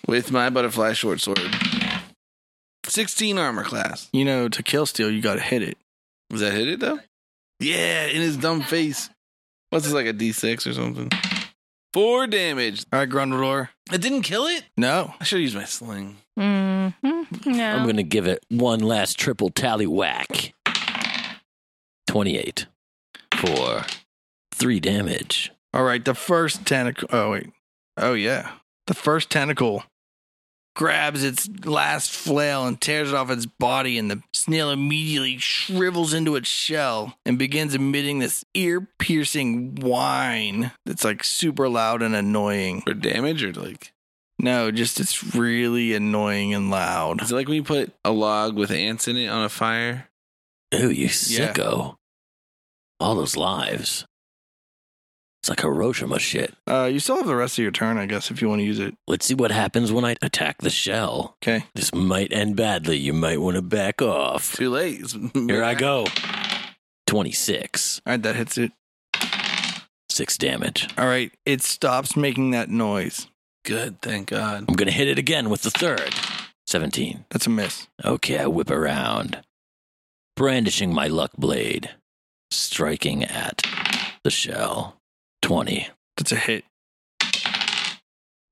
Speaker 5: <laughs>
Speaker 4: with my butterfly short sword. 16 armor class.
Speaker 2: You know, to kill steel, you got to hit it.
Speaker 4: Was that hit it though? Yeah, in his dumb face. What's this like a D6 or something? Four damage.
Speaker 2: All right, Grundledor.
Speaker 4: It didn't kill it.
Speaker 2: No.
Speaker 4: I should have used my sling.
Speaker 3: Mm-hmm. No.
Speaker 5: I'm going to give it one last triple tally whack 28 for three damage.
Speaker 2: All right, the first tentacle. Oh, wait. Oh, yeah. The first tentacle grabs its last flail and tears it off its body, and the snail immediately shrivels into its shell and begins emitting this ear piercing whine that's like super loud and annoying.
Speaker 4: For damage or like
Speaker 2: No, just it's really annoying and loud.
Speaker 4: is it like when you put a log with ants in it on a fire?
Speaker 5: Ooh, you
Speaker 2: Yeah.
Speaker 5: sicko. All those lives. It's like Hiroshima shit.
Speaker 2: Uh, you still have the rest of your turn, I guess, if you want to use it.
Speaker 5: Let's see what happens when I attack the shell.
Speaker 2: Okay.
Speaker 5: This might end badly. You might want to back off.
Speaker 4: Too late. <laughs> It's-
Speaker 5: Here I go. 26.
Speaker 2: All right, that hits it.
Speaker 5: Six damage.
Speaker 2: All right, it stops making that noise.
Speaker 4: Good, thank God.
Speaker 5: I'm going to hit it again with the third. 17.
Speaker 2: That's a miss.
Speaker 5: Okay, I whip around, brandishing my luck blade, striking at the shell. 20.
Speaker 2: That's a hit.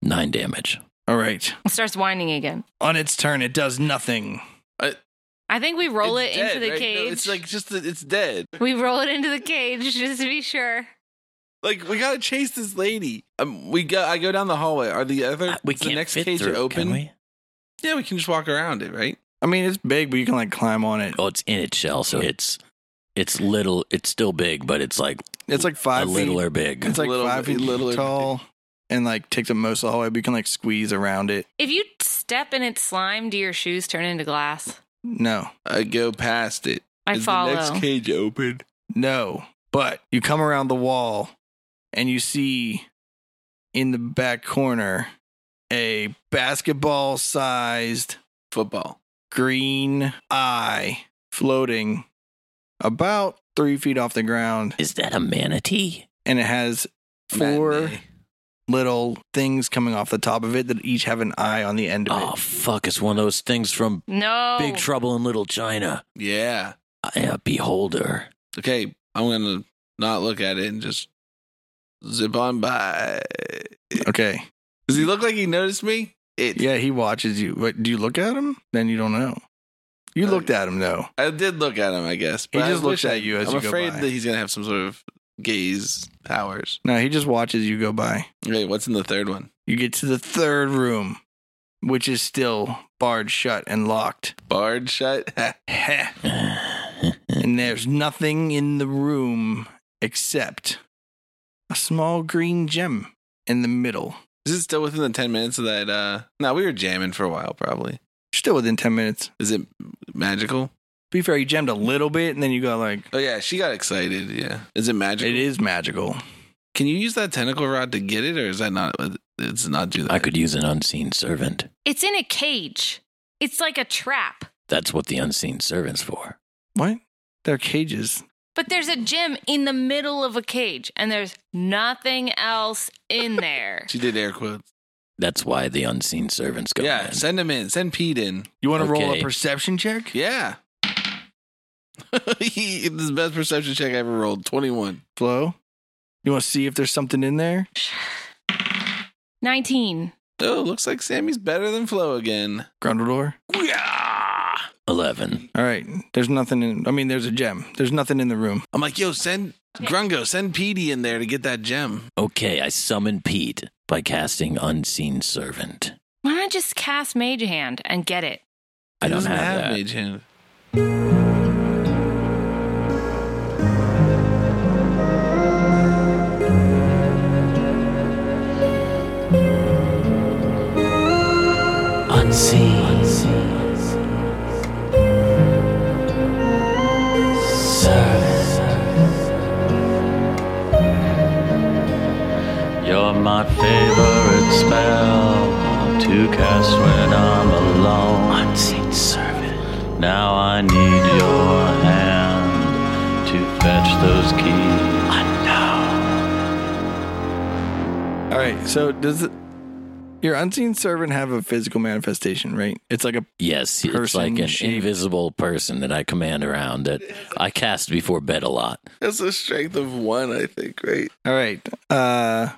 Speaker 5: Nine damage.
Speaker 2: All right.
Speaker 3: It starts whining again.
Speaker 2: On its turn, it does nothing.
Speaker 3: I think we roll
Speaker 4: It's
Speaker 3: it
Speaker 4: dead,
Speaker 3: into the
Speaker 4: right? No,
Speaker 3: cage.
Speaker 4: it's like just that it's dead.
Speaker 3: we roll it into the cage just to be sure.
Speaker 4: Like we gotta chase this lady. Um, we go. I go down the hallway. Are the other?
Speaker 5: Uh, we
Speaker 4: is
Speaker 5: can't
Speaker 4: the next
Speaker 5: fit
Speaker 4: cage
Speaker 5: through,
Speaker 4: open?
Speaker 5: can we?
Speaker 4: Yeah, we can just walk around it, right?
Speaker 2: I mean, it's big, but you can like climb on it.
Speaker 5: Oh, it's in its shell, so it's it's little. It's still big, but it's like
Speaker 2: It's like five
Speaker 5: a
Speaker 2: feet.
Speaker 5: little or big.
Speaker 2: It's like
Speaker 4: Little-
Speaker 2: five feet
Speaker 4: little-
Speaker 2: tall, and like takes up most of the hallway. But you can like squeeze around it.
Speaker 3: If you step in its slime, do your shoes turn into glass?
Speaker 2: No,
Speaker 4: I go past it.
Speaker 3: I
Speaker 4: Is
Speaker 3: follow.
Speaker 4: the next cage open?
Speaker 2: no. But you come around the wall, and you see in the back corner a basketball-sized
Speaker 4: Football.
Speaker 2: green eye floating about three feet off the ground,
Speaker 5: Is that a manatee?
Speaker 2: and it has four.
Speaker 4: Matinee.
Speaker 2: little things coming off the top of it that each have an eye on the end of
Speaker 5: Oh fuck! It's one of those things from
Speaker 3: no.
Speaker 5: Big Trouble in Little China.
Speaker 4: Yeah.
Speaker 5: I, uh, beholder.
Speaker 4: Okay. I'm gonna not look at it and just zip on by.
Speaker 2: it. Okay.
Speaker 4: Does he look like he noticed me? It.
Speaker 2: Yeah, he watches you. But do you look at him? Then you don't know. You
Speaker 4: Uh,
Speaker 2: looked at him though.
Speaker 4: I did look at him. I guess.
Speaker 2: He
Speaker 4: but I
Speaker 2: just looks
Speaker 4: wish
Speaker 2: at
Speaker 4: I-
Speaker 2: you as
Speaker 4: I'm
Speaker 2: you go
Speaker 4: afraid
Speaker 2: by.
Speaker 4: that he's gonna have some sort of gaze powers.
Speaker 2: No, he just watches you go by.
Speaker 4: Okay. What's in the third one?
Speaker 2: You get to the third room, which is still barred shut and locked. <laughs>
Speaker 4: Barred shut. <laughs>
Speaker 2: And there's nothing in the room except a small green gem in the middle.
Speaker 4: Is it still within the 10 minutes of that? Uh, no, we were jamming for a while, probably.
Speaker 2: Still within 10 minutes.
Speaker 4: Is it magical?
Speaker 2: Be fair, you gemmed a little bit and then you got like,
Speaker 4: Oh, yeah, she got excited. Yeah. Is it magical?
Speaker 2: it is magical.
Speaker 4: Can you use that tentacle rod to get it, or is that not? It's not do that.
Speaker 5: I could use an unseen servant.
Speaker 3: It's in a cage. It's like a trap.
Speaker 5: That's what the unseen servant's for.
Speaker 2: What? They're cages.
Speaker 3: But there's a gym in the middle of a cage, and there's nothing else in there.
Speaker 4: <laughs> She did air quotes.
Speaker 5: That's why the unseen servants go.
Speaker 4: yeah,
Speaker 5: in.
Speaker 4: send him in. Send Pete in.
Speaker 2: You want to roll a
Speaker 5: Okay.
Speaker 2: perception check?
Speaker 4: Yeah. <laughs> He- this is the best perception check I ever rolled. Twenty one.
Speaker 2: Flo? You want to see if there's something in there?
Speaker 3: 19.
Speaker 4: Oh, looks like Sammy's better than Flo again.
Speaker 2: Grundledor?
Speaker 4: Yeah.
Speaker 5: eleven.
Speaker 2: All right. There's nothing in, I mean, there's a gem. There's nothing in the room.
Speaker 4: I'm like, yo, send Grungo, send Petey in there to get that gem.
Speaker 5: Okay, I summon Pete by casting unseen servant.
Speaker 3: Why not just cast Mage Hand and get it?
Speaker 5: I
Speaker 4: He
Speaker 5: don't
Speaker 4: doesn't
Speaker 5: have, that.
Speaker 4: mage hand.
Speaker 5: Unseen. Servant. You're my favorite spell to cast when I'm alone. Unseen servant. Now I need your hand to fetch those keys. Unknown.
Speaker 2: All right. So does it, your unseen servant have a physical manifestation, right? It's like a
Speaker 5: Yes, it's
Speaker 2: Person,
Speaker 5: like an
Speaker 2: shape.
Speaker 5: invisible person that I command around that I cast before bed a lot.
Speaker 4: That's a strength of one, I think, right?
Speaker 2: All right. Uh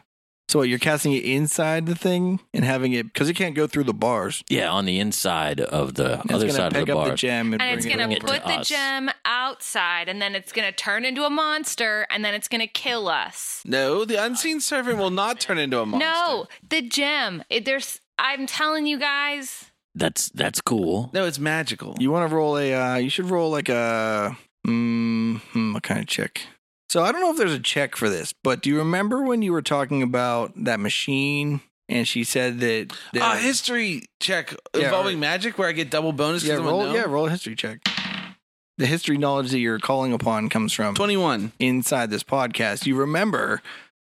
Speaker 2: so what, you're casting it inside the thing and having it cuz it can't go through the bars.
Speaker 5: Yeah, on the inside of the
Speaker 2: And
Speaker 5: other
Speaker 2: it's
Speaker 5: side
Speaker 2: pick
Speaker 5: of the
Speaker 2: up
Speaker 5: bar.
Speaker 2: the gem and,
Speaker 3: And it's
Speaker 2: bring
Speaker 3: going
Speaker 5: gonna
Speaker 2: it
Speaker 3: to
Speaker 2: over.
Speaker 5: over
Speaker 3: put
Speaker 5: to
Speaker 3: the
Speaker 5: us.
Speaker 3: gem outside, and then it's going to turn into a monster, and then it's going to kill us.
Speaker 4: No, the unseen servant will not turn into a monster.
Speaker 3: No, the gem. It, there's. I'm telling you guys.
Speaker 5: That's that's cool.
Speaker 4: No, it's magical.
Speaker 2: You want to roll a uh you should roll like a mm, hmm, what kind of check? So I don't know if there's a check for this, but do you remember when you were talking about that machine and she said that, that
Speaker 4: Ah, history check
Speaker 2: Yeah,
Speaker 4: involving
Speaker 2: or-
Speaker 4: magic where I get double bonus
Speaker 2: yeah,
Speaker 4: because I'm a
Speaker 2: roll,
Speaker 4: gnome?
Speaker 2: yeah, roll a history check. The history knowledge that you're calling upon comes from
Speaker 4: 21.
Speaker 2: inside this podcast, you remember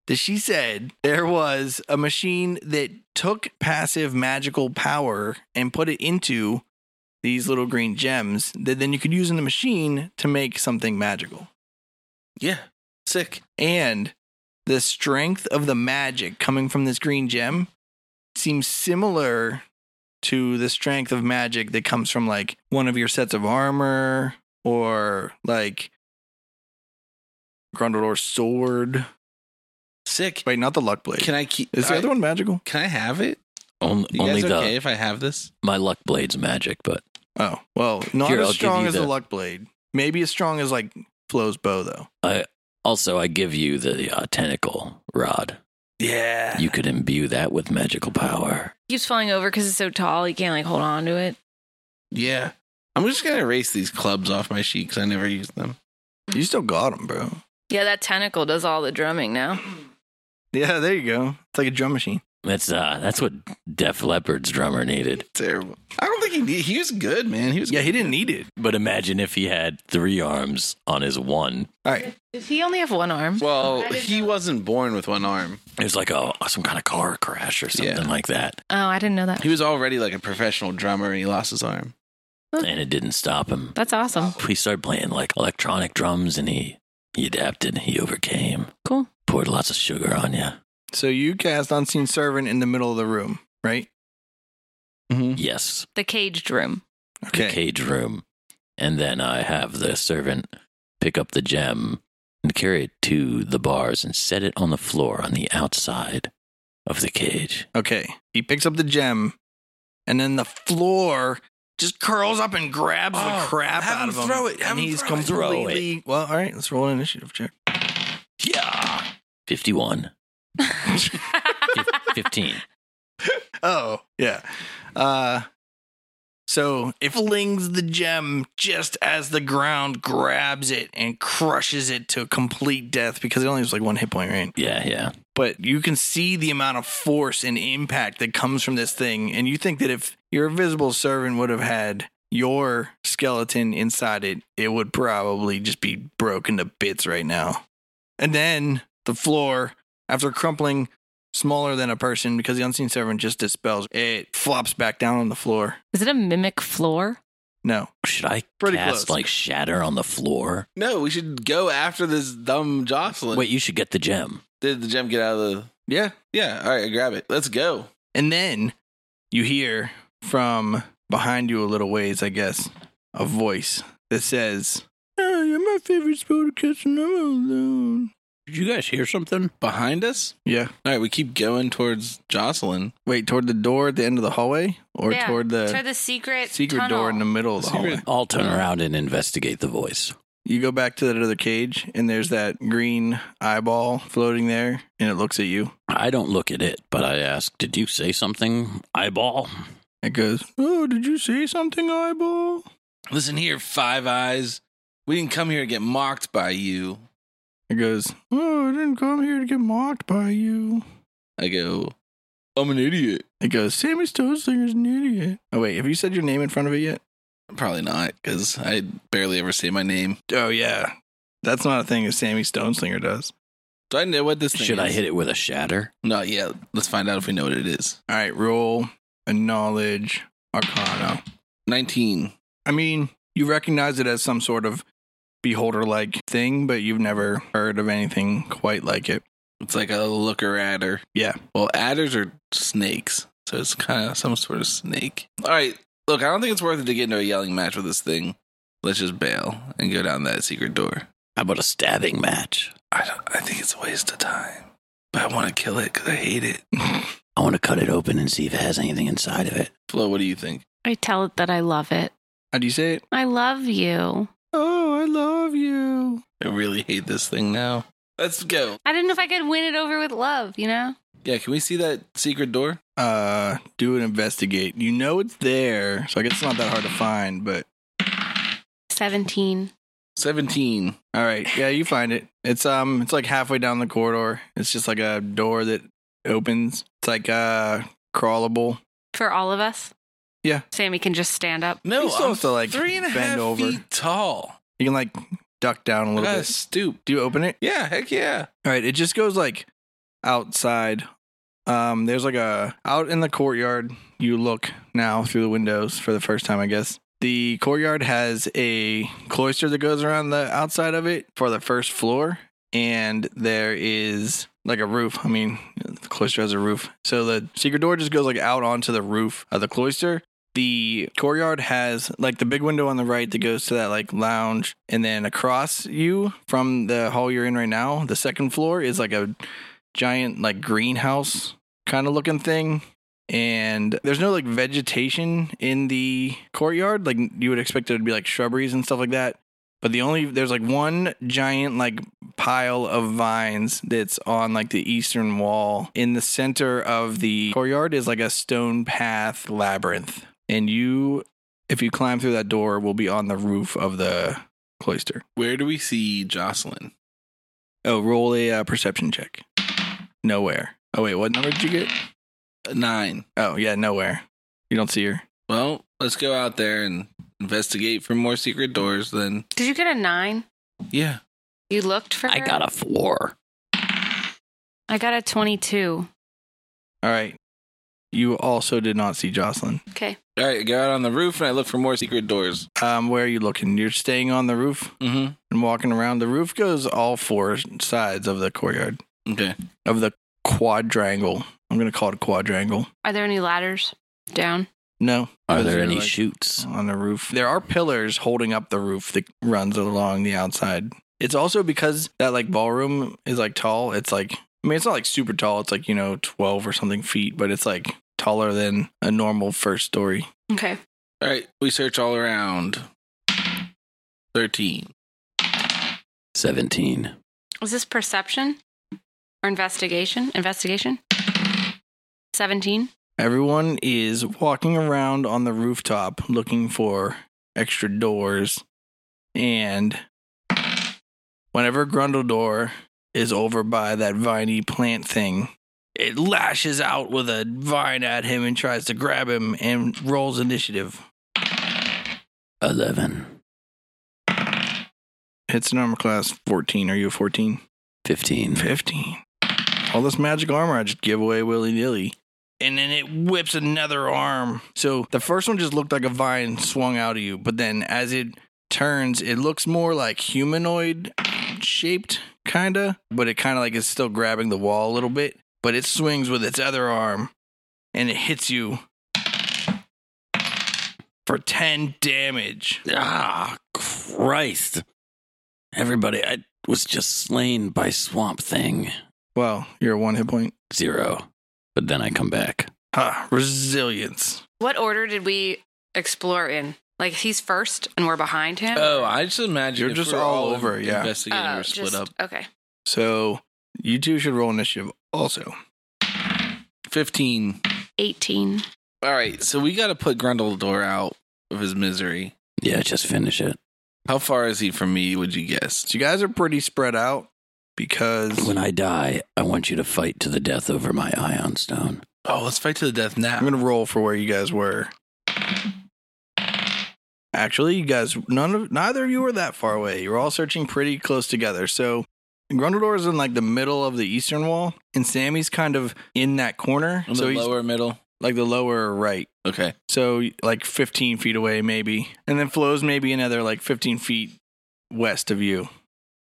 Speaker 2: that she said there was a machine that took passive magical power and put it into these little green gems that then you could use in the machine to make something magical.
Speaker 4: Yeah. Sick.
Speaker 2: And the strength of the magic coming from this green gem seems similar to the strength of magic that comes from like one of your sets of armor or like Grundledor's sword.
Speaker 4: Sick.
Speaker 2: Wait, not the luck blade.
Speaker 4: Can I keep
Speaker 2: Is the
Speaker 4: I-
Speaker 2: other one magical?
Speaker 4: Can I have it?
Speaker 5: On,
Speaker 4: You
Speaker 5: only
Speaker 4: guys
Speaker 5: the
Speaker 4: okay if I have this?
Speaker 5: my luck blade's magic, but
Speaker 2: Oh, well, not
Speaker 5: Here,
Speaker 2: as
Speaker 5: I'll give
Speaker 2: strong
Speaker 5: you
Speaker 2: as the
Speaker 5: the-
Speaker 2: luck blade. Maybe as strong as like Flo's bow, though.
Speaker 5: I also I give you the uh, tentacle rod.
Speaker 4: Yeah.
Speaker 5: You could imbue that with magical power.
Speaker 3: keeps falling over because it's so tall. You can't like hold on to it.
Speaker 4: Yeah. I'm just gonna erase these clubs off my sheet because I never use them.
Speaker 2: You still got him, bro.
Speaker 3: Yeah, that tentacle does all the drumming now.
Speaker 2: Yeah, there you go. It's like a drum machine.
Speaker 5: That's uh that's what Def Leppard's drummer needed.
Speaker 4: Terrible. I don't think he did. He was good, man. He was.
Speaker 2: Yeah, he didn't need it.
Speaker 5: But imagine if he had three arms on his one.
Speaker 2: All right.
Speaker 3: Does he only have one arm?
Speaker 4: Well, he wasn't born with one arm.
Speaker 5: It was like a some kind of car crash or something
Speaker 4: Yeah.
Speaker 5: like that,
Speaker 3: Oh, I didn't know that.
Speaker 4: He was already like a professional drummer, and he lost his arm.
Speaker 5: and it didn't stop him.
Speaker 3: That's awesome.
Speaker 5: We started playing like electronic drums, and he he adapted. He overcame.
Speaker 3: Cool.
Speaker 5: Poured lots of sugar on you.
Speaker 2: So you cast Unseen Servant in the middle of the room, right?
Speaker 4: Mm-hmm.
Speaker 5: Yes,
Speaker 3: The caged room.
Speaker 5: the cage room, and then I have the servant pick up the gem and carry it to the bars and set it on the floor on the outside of the cage.
Speaker 2: Okay. He picks up the gem, and then the floor just curls up and grabs
Speaker 4: Oh,
Speaker 2: the crap
Speaker 4: have
Speaker 2: out
Speaker 4: him
Speaker 2: of him.
Speaker 4: throw it. Have
Speaker 2: and
Speaker 4: him
Speaker 2: he's
Speaker 4: throw it.
Speaker 5: Throw it.
Speaker 2: completely. Well, all right. Let's roll an initiative check.
Speaker 5: Yeah, fifty-one. Fif- 15.
Speaker 2: Oh, yeah. Uh, So it flings the gem just as the ground grabs it and crushes it to complete death because it only was like one hit point, right?
Speaker 5: Yeah, yeah.
Speaker 2: But you can see the amount of force and impact that comes from this thing. And you think that if your invisible servant would have had your skeleton inside it, it would probably just be broken to bits right now. And then the floor, after crumpling smaller than a person because the unseen servant just dispels, it flops back down on the floor.
Speaker 3: Is it a mimic floor?
Speaker 2: No.
Speaker 5: Should I
Speaker 2: Pretty
Speaker 5: cast
Speaker 2: close.
Speaker 5: like shatter on the floor?
Speaker 4: No, we should go after this dumb Jocelyn.
Speaker 5: Wait, you should get the gem.
Speaker 4: Did the gem get out of the.
Speaker 2: Yeah.
Speaker 4: Yeah, all right, I grab it. Let's go.
Speaker 2: And then you hear from behind you a little ways, I guess, a voice that says, Hey, you're my favorite spell to catch and I'm alone.
Speaker 8: Did you guys hear something?
Speaker 4: Behind us?
Speaker 2: Yeah.
Speaker 4: All right, we keep going towards Jocelyn.
Speaker 2: Wait, toward the door at the end of the hallway or
Speaker 3: Yeah,
Speaker 2: toward the
Speaker 3: For the secret
Speaker 2: secret
Speaker 3: tunnel.
Speaker 2: door in the middle of the
Speaker 4: Secret-
Speaker 2: hallway?
Speaker 5: I'll turn around and investigate the voice.
Speaker 2: You go back to that other cage and there's that green eyeball floating there and it looks at you.
Speaker 5: I don't look at it, but I ask, did you say something, eyeball?
Speaker 2: It goes, Oh, did you say something, eyeball?
Speaker 4: Listen here, Five Eyes. We didn't come here to get mocked by you.
Speaker 2: It goes, Oh, I didn't come here to get mocked by you.
Speaker 4: I go, I'm an idiot.
Speaker 2: It goes, Sammy Stoneslinger's an idiot. Oh, wait, have you said your name in front of it yet?
Speaker 4: Probably not, because I barely ever say my name.
Speaker 2: Oh, yeah. That's not a thing that Sammy Stoneslinger does.
Speaker 4: Do I know what this thing
Speaker 5: Should I
Speaker 4: is?
Speaker 5: hit it with a shatter?
Speaker 4: No, yeah. Let's find out if we know what it is.
Speaker 2: All right, roll a knowledge arcana.
Speaker 4: 19.
Speaker 2: I mean, you recognize it as some sort of beholder like thing, but you've never heard of anything quite like it.
Speaker 4: It's like a looker adder.
Speaker 2: Yeah.
Speaker 4: Well, adders are snakes, so it's kind of some sort of snake. All right, look, I don't think it's worth it to get into a yelling match with this thing. Let's just bail and go down that secret door.
Speaker 5: How about a stabbing match?
Speaker 4: I don't, I think it's a waste of time, but I want to kill it because I hate it. <laughs>
Speaker 5: I want to cut it open and see if it has anything inside of it.
Speaker 4: Flo, what do you think?
Speaker 1: I tell it that I love it.
Speaker 2: How do you say it?
Speaker 1: I love you.
Speaker 2: Oh, I love you.
Speaker 4: I really hate this thing now. Let's go.
Speaker 3: I didn't know if I could win it over with love, you know?
Speaker 4: Yeah, can we see that secret door?
Speaker 2: Uh, do an investigate. You know it's there, so I guess it's not that hard to find, but
Speaker 1: 17.
Speaker 4: 17.
Speaker 2: All right. Yeah, you find it. It's um it's like halfway down the corridor. It's just like a door that opens. It's like uh crawlable.
Speaker 3: For all of us.
Speaker 2: Yeah.
Speaker 3: Sammy can just stand up.
Speaker 4: No,
Speaker 2: You're supposed to, like,
Speaker 4: three and a half
Speaker 2: bend over.
Speaker 4: feet tall.
Speaker 2: You can like duck down a
Speaker 4: I
Speaker 2: little
Speaker 4: gotta
Speaker 2: bit.
Speaker 4: stoop.
Speaker 2: Do you open it?
Speaker 4: Yeah, heck yeah.
Speaker 2: All right, it just goes like outside. Um there's like a out in the courtyard. You look now through the windows for the first time, I guess. The courtyard has a cloister that goes around the outside of it for the first floor and there is like a roof. I mean, the cloister has a roof. So the secret door just goes like out onto the roof of the cloister. The courtyard has like the big window on the right that goes to that like lounge. And then across you from the hall you're in right now, the second floor is like a giant like greenhouse kind of looking thing. And there's no like vegetation in the courtyard. Like you would expect there to be like shrubberies and stuff like that. But the only there's like one giant like pile of vines that's on like the eastern wall. In the center of the courtyard is like a stone path labyrinth. And you if you climb through that door will be on the roof of the cloister.
Speaker 4: Where do we see Jocelyn?
Speaker 2: Oh, roll a uh, perception check. Nowhere. Oh wait, what number did you get?
Speaker 4: A Nine.
Speaker 2: Oh, yeah, nowhere. You don't see her.
Speaker 4: Well, let's go out there and investigate for more secret doors then.
Speaker 3: Did you get a nine?
Speaker 4: Yeah.
Speaker 3: You looked for
Speaker 5: I
Speaker 3: her?
Speaker 5: got a four.
Speaker 1: I got a 22.
Speaker 2: All right. You also did not see Jocelyn.
Speaker 3: Okay.
Speaker 4: All right, I go out on the roof and I look for more secret doors.
Speaker 2: Um, where are you looking? You're staying on the roof?
Speaker 4: Mm-hmm.
Speaker 2: and walking around. The roof goes all four sides of the courtyard,
Speaker 4: Okay.
Speaker 2: of the quadrangle. I'm going to call it a quadrangle.
Speaker 3: Are there any ladders down?
Speaker 2: No.
Speaker 5: Are
Speaker 2: Those
Speaker 5: there any
Speaker 2: like,
Speaker 5: shoots?
Speaker 2: on the roof? There are pillars holding up the roof that runs along the outside. It's also because that like ballroom is like tall. It's like, I mean, it's not like super tall. It's like, you know, 12 or something feet, but it's like taller than a normal first story.
Speaker 3: Okay.
Speaker 4: All right, we search all around. 13.
Speaker 5: 17.
Speaker 3: Is this perception or investigation? Investigation? 17.
Speaker 2: Everyone is walking around on the rooftop looking for extra doors. And whenever Grundledor is over by that viney plant thing, it lashes out with a vine at him and tries to grab him and rolls initiative.
Speaker 5: 11,
Speaker 2: Hits an armor class 14. Are you a 14?
Speaker 5: 15.
Speaker 2: 15. All this magic armor I just give away willy nilly. And then it whips another arm. So the first one just looked like a vine swung out of you. But then as it turns, it looks more like humanoid shaped, kind of. But it kind of like is still grabbing the wall a little bit. But it swings with its other arm and it hits you for 10 damage.
Speaker 5: Ah, Christ. Everybody, I was just slain by Swamp Thing.
Speaker 2: Well, you're one hit point.
Speaker 5: Zero. But then I come back.
Speaker 2: Ah, resilience.
Speaker 3: What order did we explore in? Like he's first and we're behind him?
Speaker 4: Oh, I just imagine
Speaker 2: You're
Speaker 4: if
Speaker 2: just
Speaker 4: we're
Speaker 2: all
Speaker 4: in-
Speaker 2: over, yeah.
Speaker 4: Investigating,
Speaker 3: Oh,
Speaker 4: we're split
Speaker 3: just-
Speaker 4: up.
Speaker 3: Okay.
Speaker 2: So you two should roll initiative also.
Speaker 4: Fifteen.
Speaker 1: 18.
Speaker 4: All right, so we got to put Grundledor out of his misery.
Speaker 5: Yeah, just finish it.
Speaker 4: How far is he from me? Would you guess?
Speaker 2: So you guys are pretty spread out because
Speaker 5: When I die, I want you to fight to the death over my ion stone.
Speaker 4: Oh, let's fight to the death now.
Speaker 2: I'm gonna roll for where you guys were. Actually, you guys none of neither of you were that far away. You were all searching pretty close together. So Grundledor is in like the middle of the eastern wall, and Sammy's kind of in that corner.
Speaker 4: In the
Speaker 2: so he's
Speaker 4: lower middle.
Speaker 2: like the lower right.
Speaker 4: Okay.
Speaker 2: So like 15 feet away, maybe. And then Flo's maybe another like 15 feet west of you,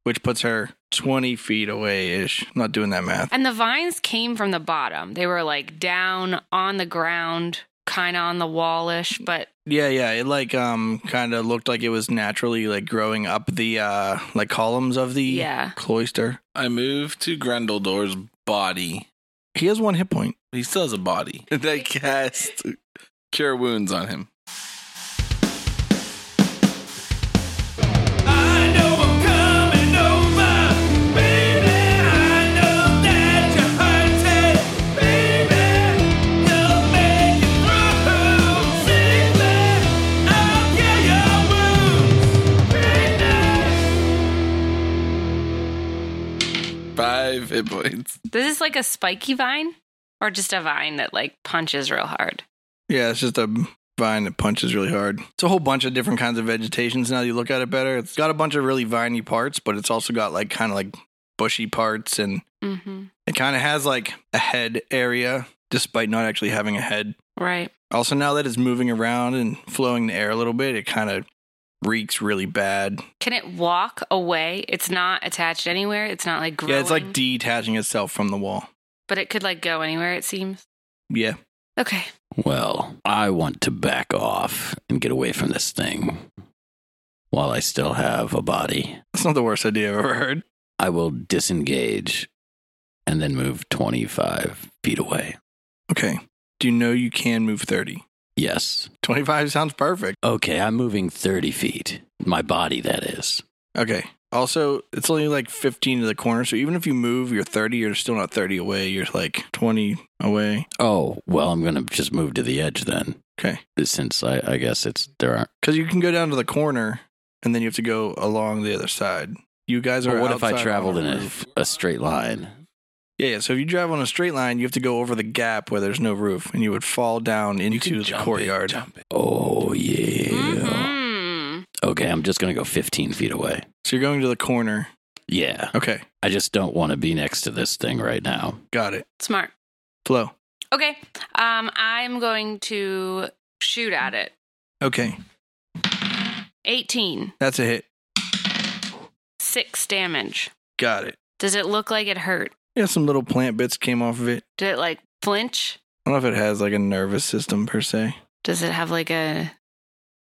Speaker 2: which puts her 20 feet away ish. Not doing that math.
Speaker 3: And the vines came from the bottom. They were like down on the ground, kind of on the wallish, but
Speaker 2: Yeah, yeah. It like um kind of looked like it was naturally like growing up the uh like columns of the
Speaker 3: yeah.
Speaker 2: cloister.
Speaker 4: I move to Grundledor's body.
Speaker 2: He has one hit point.
Speaker 4: He still has a body. <laughs> They cast cure wounds on him. Five hit points.
Speaker 3: This is like a spiky vine or just a vine that like punches real hard.
Speaker 2: Yeah, it's just a vine that punches really hard. It's a whole bunch of different kinds of vegetations now that you look at it better. It's got a bunch of really viney parts, but it's also got like kind of like bushy parts and
Speaker 3: Mm-hmm.
Speaker 2: It kind of has like a head area, despite not actually having a head.
Speaker 3: Right.
Speaker 2: Also, now that it's moving around and flowing the air a little bit, it kind of reeks really bad.
Speaker 3: Can it walk away? It's not attached anywhere. It's not like growing.
Speaker 2: Yeah, it's like detaching itself from the wall.
Speaker 3: but it could like go anywhere. It seems.
Speaker 2: Yeah.
Speaker 3: Okay.
Speaker 5: Well, I want to back off and get away from this thing while I still have a body.
Speaker 2: That's not the worst idea I've ever heard.
Speaker 5: I will disengage and then move 25 feet away.
Speaker 2: Okay. Do you know you can move 30?
Speaker 5: Yes.
Speaker 2: 25 sounds perfect.
Speaker 5: Okay, I'm moving 30 feet. My body, that is.
Speaker 2: Okay. Also, it's only like 15 to the corner. So even if you move, you're 30, you're still not 30 away. You're like 20 away.
Speaker 5: Oh, well, I'm going to just move to the edge then.
Speaker 2: Okay.
Speaker 5: Since I, I guess it's there aren't.
Speaker 2: Because you can go down to the corner and then you have to go along the other side. You guys are.
Speaker 5: But what if
Speaker 2: outside
Speaker 5: I
Speaker 2: on
Speaker 5: traveled in a,
Speaker 2: roof.
Speaker 5: a straight line?
Speaker 2: Yeah, yeah. So if you drive on a straight line, you have to go over the gap where there's no roof, and you would fall down into the courtyard. Mm-hmm.
Speaker 5: Oh, yeah.
Speaker 3: Mhm.
Speaker 5: Okay, I'm just going to go 15 feet away.
Speaker 2: So you're going to the corner.
Speaker 5: Yeah.
Speaker 2: Okay,
Speaker 5: I just don't want to be next to this thing right now.
Speaker 2: got it.
Speaker 3: Smart.
Speaker 2: Flow.
Speaker 3: Okay. Um, I'm going to shoot at it.
Speaker 2: Okay,
Speaker 3: 18.
Speaker 2: that's a hit.
Speaker 3: Six damage.
Speaker 2: Got it.
Speaker 3: Does it look like it hurt?
Speaker 2: Yeah, some little plant bits came off of it.
Speaker 3: Did it like flinch?
Speaker 2: I don't know if it has like a nervous system per se.
Speaker 3: Does it have like a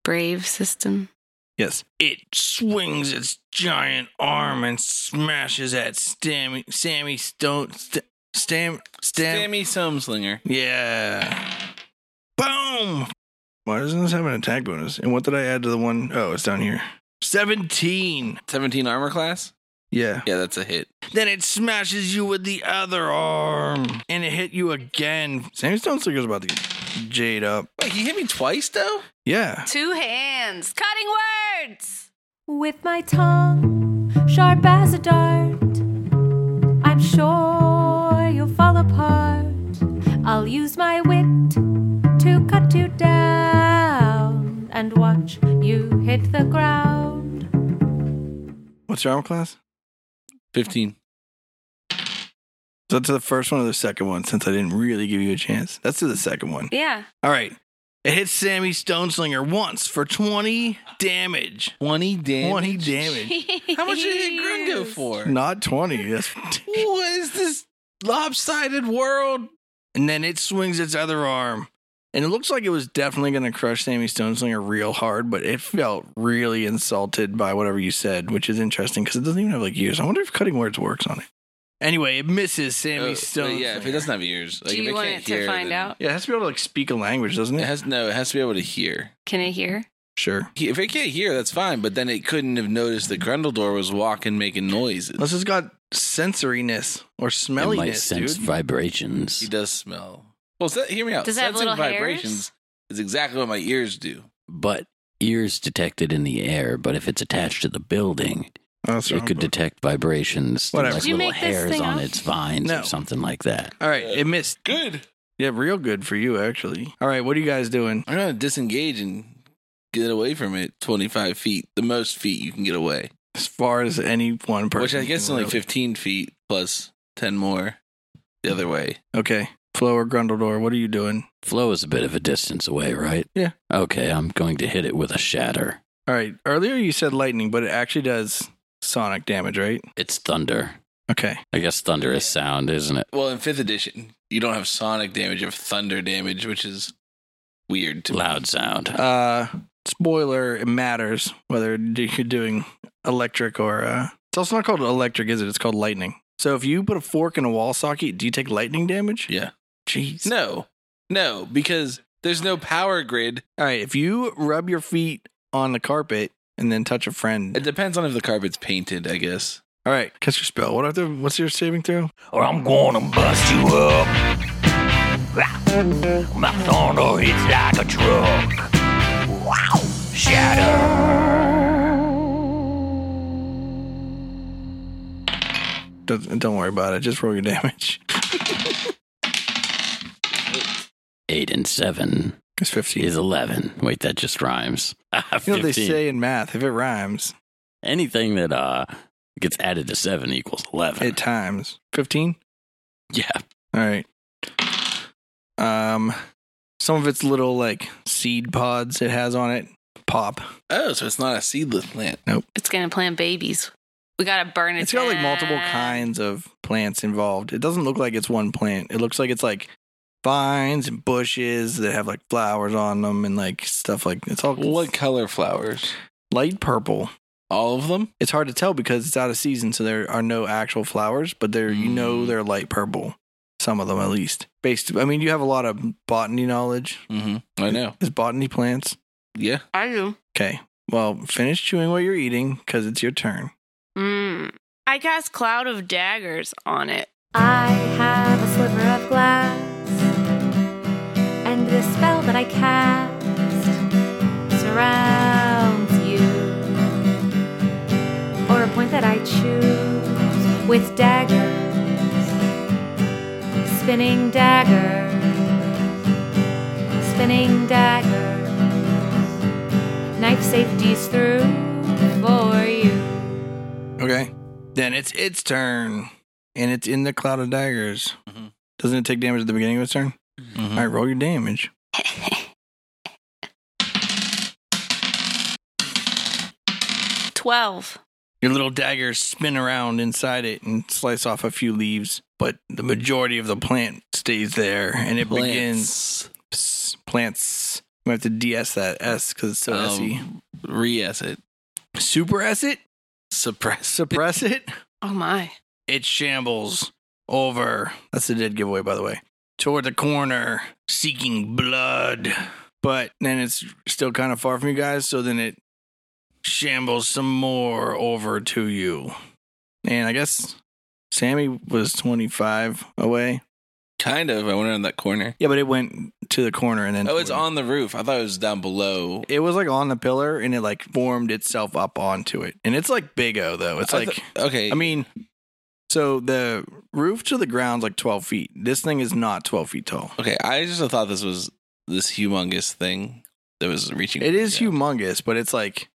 Speaker 3: brave system?
Speaker 2: Yes. It swings its giant arm and smashes at Stammy. Sammy Stone. St- Stam. Stam.
Speaker 4: Sammy Someslinger.
Speaker 2: Yeah. Boom! Why doesn't this have an attack bonus? And what did I add to the one? Oh, it's down here. 17.
Speaker 4: 17 armor class?
Speaker 2: Yeah.
Speaker 4: Yeah, that's a hit. Then it smashes you with the other arm.
Speaker 2: And it hit you again. Sammy Stone Slicker's about to get jade up.
Speaker 4: Wait, he hit me twice though?
Speaker 2: Yeah.
Speaker 3: Two hands. Cutting words.
Speaker 6: With my tongue, sharp as a dart, I'm sure you'll fall apart. I'll use my wit to cut you down and watch you hit the ground.
Speaker 2: What's your armor class?
Speaker 4: 15.
Speaker 2: So that's the first one or the second one, since I didn't really give you a chance. That's to the second one.
Speaker 3: Yeah.
Speaker 2: All right. It hits Sammy Stoneslinger once for 20 damage.
Speaker 4: 20 damage.
Speaker 2: 20 damage.
Speaker 3: <laughs>
Speaker 4: How much did you hit Gringo for?
Speaker 2: Not 20. That's
Speaker 4: What is this lopsided world?
Speaker 2: and then it swings its other arm. And it looks like it was definitely going to crush Sammy Stoneslinger real hard, but it felt really insulted by whatever you said, which is interesting because it doesn't even have like ears. I wonder if cutting words works on it. Anyway, it misses Sammy
Speaker 4: Oh,
Speaker 2: Stoneslinger.
Speaker 4: yeah, if it doesn't have ears. Like,
Speaker 3: Do
Speaker 4: if
Speaker 3: you
Speaker 4: it
Speaker 3: want
Speaker 4: can't
Speaker 3: it to
Speaker 4: hear,
Speaker 3: find
Speaker 4: then-
Speaker 3: out?
Speaker 2: Yeah, it has to be able to like speak a language, doesn't it?
Speaker 4: It has no. It has to be able to hear.
Speaker 3: Can it hear?
Speaker 2: sure.
Speaker 4: He- If it can't hear, that's fine. But then it couldn't have noticed that Grundledor was walking, making noises.
Speaker 2: Unless it's got sensoriness or
Speaker 5: it might
Speaker 2: smelliness, dude.
Speaker 5: sense vibrations.
Speaker 4: He does smell. Well, se- hear me out.
Speaker 3: Does it have
Speaker 4: Sensing
Speaker 3: little hairs?
Speaker 4: vibrations is exactly what my ears do.
Speaker 5: but ears detected in the air. But if it's attached to the building,
Speaker 2: That's
Speaker 5: it
Speaker 2: wrong.
Speaker 5: could detect vibrations, through,
Speaker 2: Whatever.
Speaker 5: like
Speaker 2: Did
Speaker 3: you
Speaker 5: little
Speaker 3: make this
Speaker 5: hairs
Speaker 3: thing
Speaker 5: on
Speaker 3: up?
Speaker 5: its vines
Speaker 2: No.
Speaker 5: or something like that.
Speaker 2: All right, it missed.
Speaker 4: Good.
Speaker 2: Yeah, real good for you, actually. All right, what are you guys doing?
Speaker 4: I'm gonna disengage and get away from it. 25 feet, the most feet you can get away,
Speaker 2: As far as any one person.
Speaker 4: which I guess is
Speaker 2: can
Speaker 4: only
Speaker 2: really-
Speaker 4: 15 feet plus 10 more the other way.
Speaker 2: Okay. Flo or Grundledor, what are you doing?
Speaker 5: Flow is a bit of a distance away, right?
Speaker 2: Yeah.
Speaker 5: Okay, I'm going to hit it with a shatter.
Speaker 2: All right. Earlier you said lightning, but it actually does sonic damage, right?
Speaker 5: It's thunder.
Speaker 2: Okay.
Speaker 5: I guess thunder is sound, isn't it?
Speaker 4: Well, in fifth edition, you don't have sonic damage, you have thunder damage, which is weird to me.
Speaker 5: Loud sound.
Speaker 2: Uh spoiler, it matters whether d- you're doing electric or uh it's also not called electric, is it? It's called lightning. So if you put a fork in a wall socket, do you take lightning damage?
Speaker 4: Yeah.
Speaker 2: Jeez.
Speaker 4: No, no, because there's no power grid.
Speaker 2: All right, if you rub your feet on the carpet and then touch a friend.
Speaker 4: It depends on if the carpet's painted, I guess.
Speaker 2: All right, cast your spell. What after what's your saving throw?
Speaker 8: or I'm gonna bust you up. My thunder hits like a truck. Wow, shatter.
Speaker 2: Doesn't, don't worry about it. Just roll your <laughs> damage.
Speaker 5: Eight and seven
Speaker 2: It's 15.
Speaker 5: is eleven. Wait, that just rhymes. <laughs>
Speaker 2: You know what they
Speaker 5: 15.
Speaker 2: say in math, if it rhymes,
Speaker 5: anything that uh gets added to seven equals eleven.
Speaker 2: it times 15.
Speaker 5: yeah.
Speaker 2: All right. Um, some of its little like seed pods it has on it pop.
Speaker 4: Oh, so it's not a seedless plant.
Speaker 1: It's gonna plant babies. We gotta burn it.
Speaker 2: It's got like multiple
Speaker 1: down.
Speaker 2: kinds of plants involved. It doesn't look like it's one plant. It looks like it's like vines and bushes that have like flowers on them and like stuff like it's all
Speaker 4: What color flowers?
Speaker 2: light purple.
Speaker 4: All of them?
Speaker 2: It's hard to tell because it's out of season, so there are no actual flowers, but they're you know
Speaker 4: Mm.
Speaker 2: they're light purple. Some of them at least. Based I mean you have a lot of botany knowledge.
Speaker 4: Mm-hmm. I know.
Speaker 2: Is botany plants?
Speaker 4: Yeah.
Speaker 1: I do.
Speaker 2: Okay. Well, finish chewing what you're eating because it's your turn.
Speaker 1: Mm. I cast cloud of daggers on it.
Speaker 6: I have a sliver of glass, and the spell that I cast surrounds you, or a point that I choose with daggers, spinning daggers, spinning daggers. Knife safety's through for you.
Speaker 2: Okay. Then it's its turn. And it's in the cloud of daggers.
Speaker 4: Mhm.
Speaker 2: Doesn't it take damage at the beginning of its turn? All right, roll your damage.
Speaker 1: Twelve.
Speaker 2: Your little daggers spin around inside it and slice off a few leaves, but the majority of the plant stays there and it begins Psst, plants. I'm gonna have to DS that S because it's so
Speaker 4: Um,
Speaker 2: S-y.
Speaker 4: Re-S it.
Speaker 2: Super S it?
Speaker 4: Suppress.
Speaker 2: Suppress it?
Speaker 1: Oh my.
Speaker 2: It shambles over. That's a dead giveaway, by the way. Toward the corner, seeking blood. But then it's still kind of far from you guys, so then it shambles some more over to you. And I guess Sammy was 25 away.
Speaker 4: Kind of. I went around that corner.
Speaker 2: Yeah, but it went to the corner and then.
Speaker 4: Oh, it's
Speaker 2: toward-
Speaker 4: on the roof. I thought it was down below.
Speaker 2: It was like on the pillar and it like formed itself up onto it. And it's like Big O though. It's
Speaker 4: I
Speaker 2: like,
Speaker 4: thought- okay.
Speaker 2: I mean, so the roof to the ground's like 12 feet. This thing is not 12 feet tall.
Speaker 4: okay. I just thought this was this humongous thing that was reaching.
Speaker 2: It is
Speaker 4: Yeah.
Speaker 2: humongous, but it's like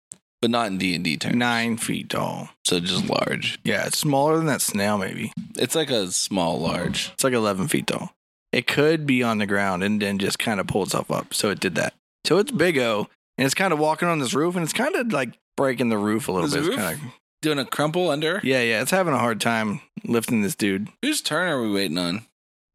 Speaker 4: but not in D and D terms.
Speaker 2: nine feet tall.
Speaker 4: So just large.
Speaker 2: Yeah, it's smaller than that snail, maybe.
Speaker 4: It's like a small large.
Speaker 2: It's like 11 feet tall. It could be on the ground and then just kind of pull itself up. So it did that. So it's Big O and it's kind of walking on this roof and it's kind of like breaking the roof a little
Speaker 4: This
Speaker 2: bit. It's
Speaker 4: roof?
Speaker 2: kind of,
Speaker 4: Doing a crumple under.
Speaker 2: yeah, yeah. It's having a hard time lifting this dude.
Speaker 4: Whose turn are we waiting on?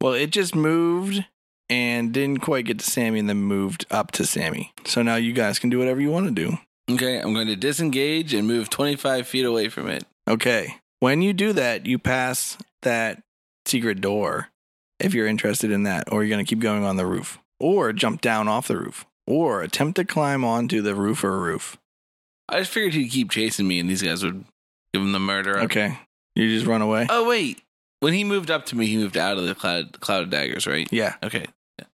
Speaker 2: Well, it just moved and didn't quite get to Sammy and then moved up to Sammy. So now you guys can do whatever you want to do.
Speaker 4: Okay, I'm going to disengage and move 25 feet away from it.
Speaker 2: Okay. When you do that, you pass that secret door if you're interested in that, or you're going to keep going on the roof, or jump down off the roof, or attempt to climb onto the roof or roof.
Speaker 4: I just figured he'd keep chasing me, and these guys would give him the murder.
Speaker 2: Okay. You just run away?
Speaker 4: Oh wait, when he moved up to me, he moved out of the cloud cloud of daggers, right?
Speaker 2: Yeah.
Speaker 4: Okay. Yeah.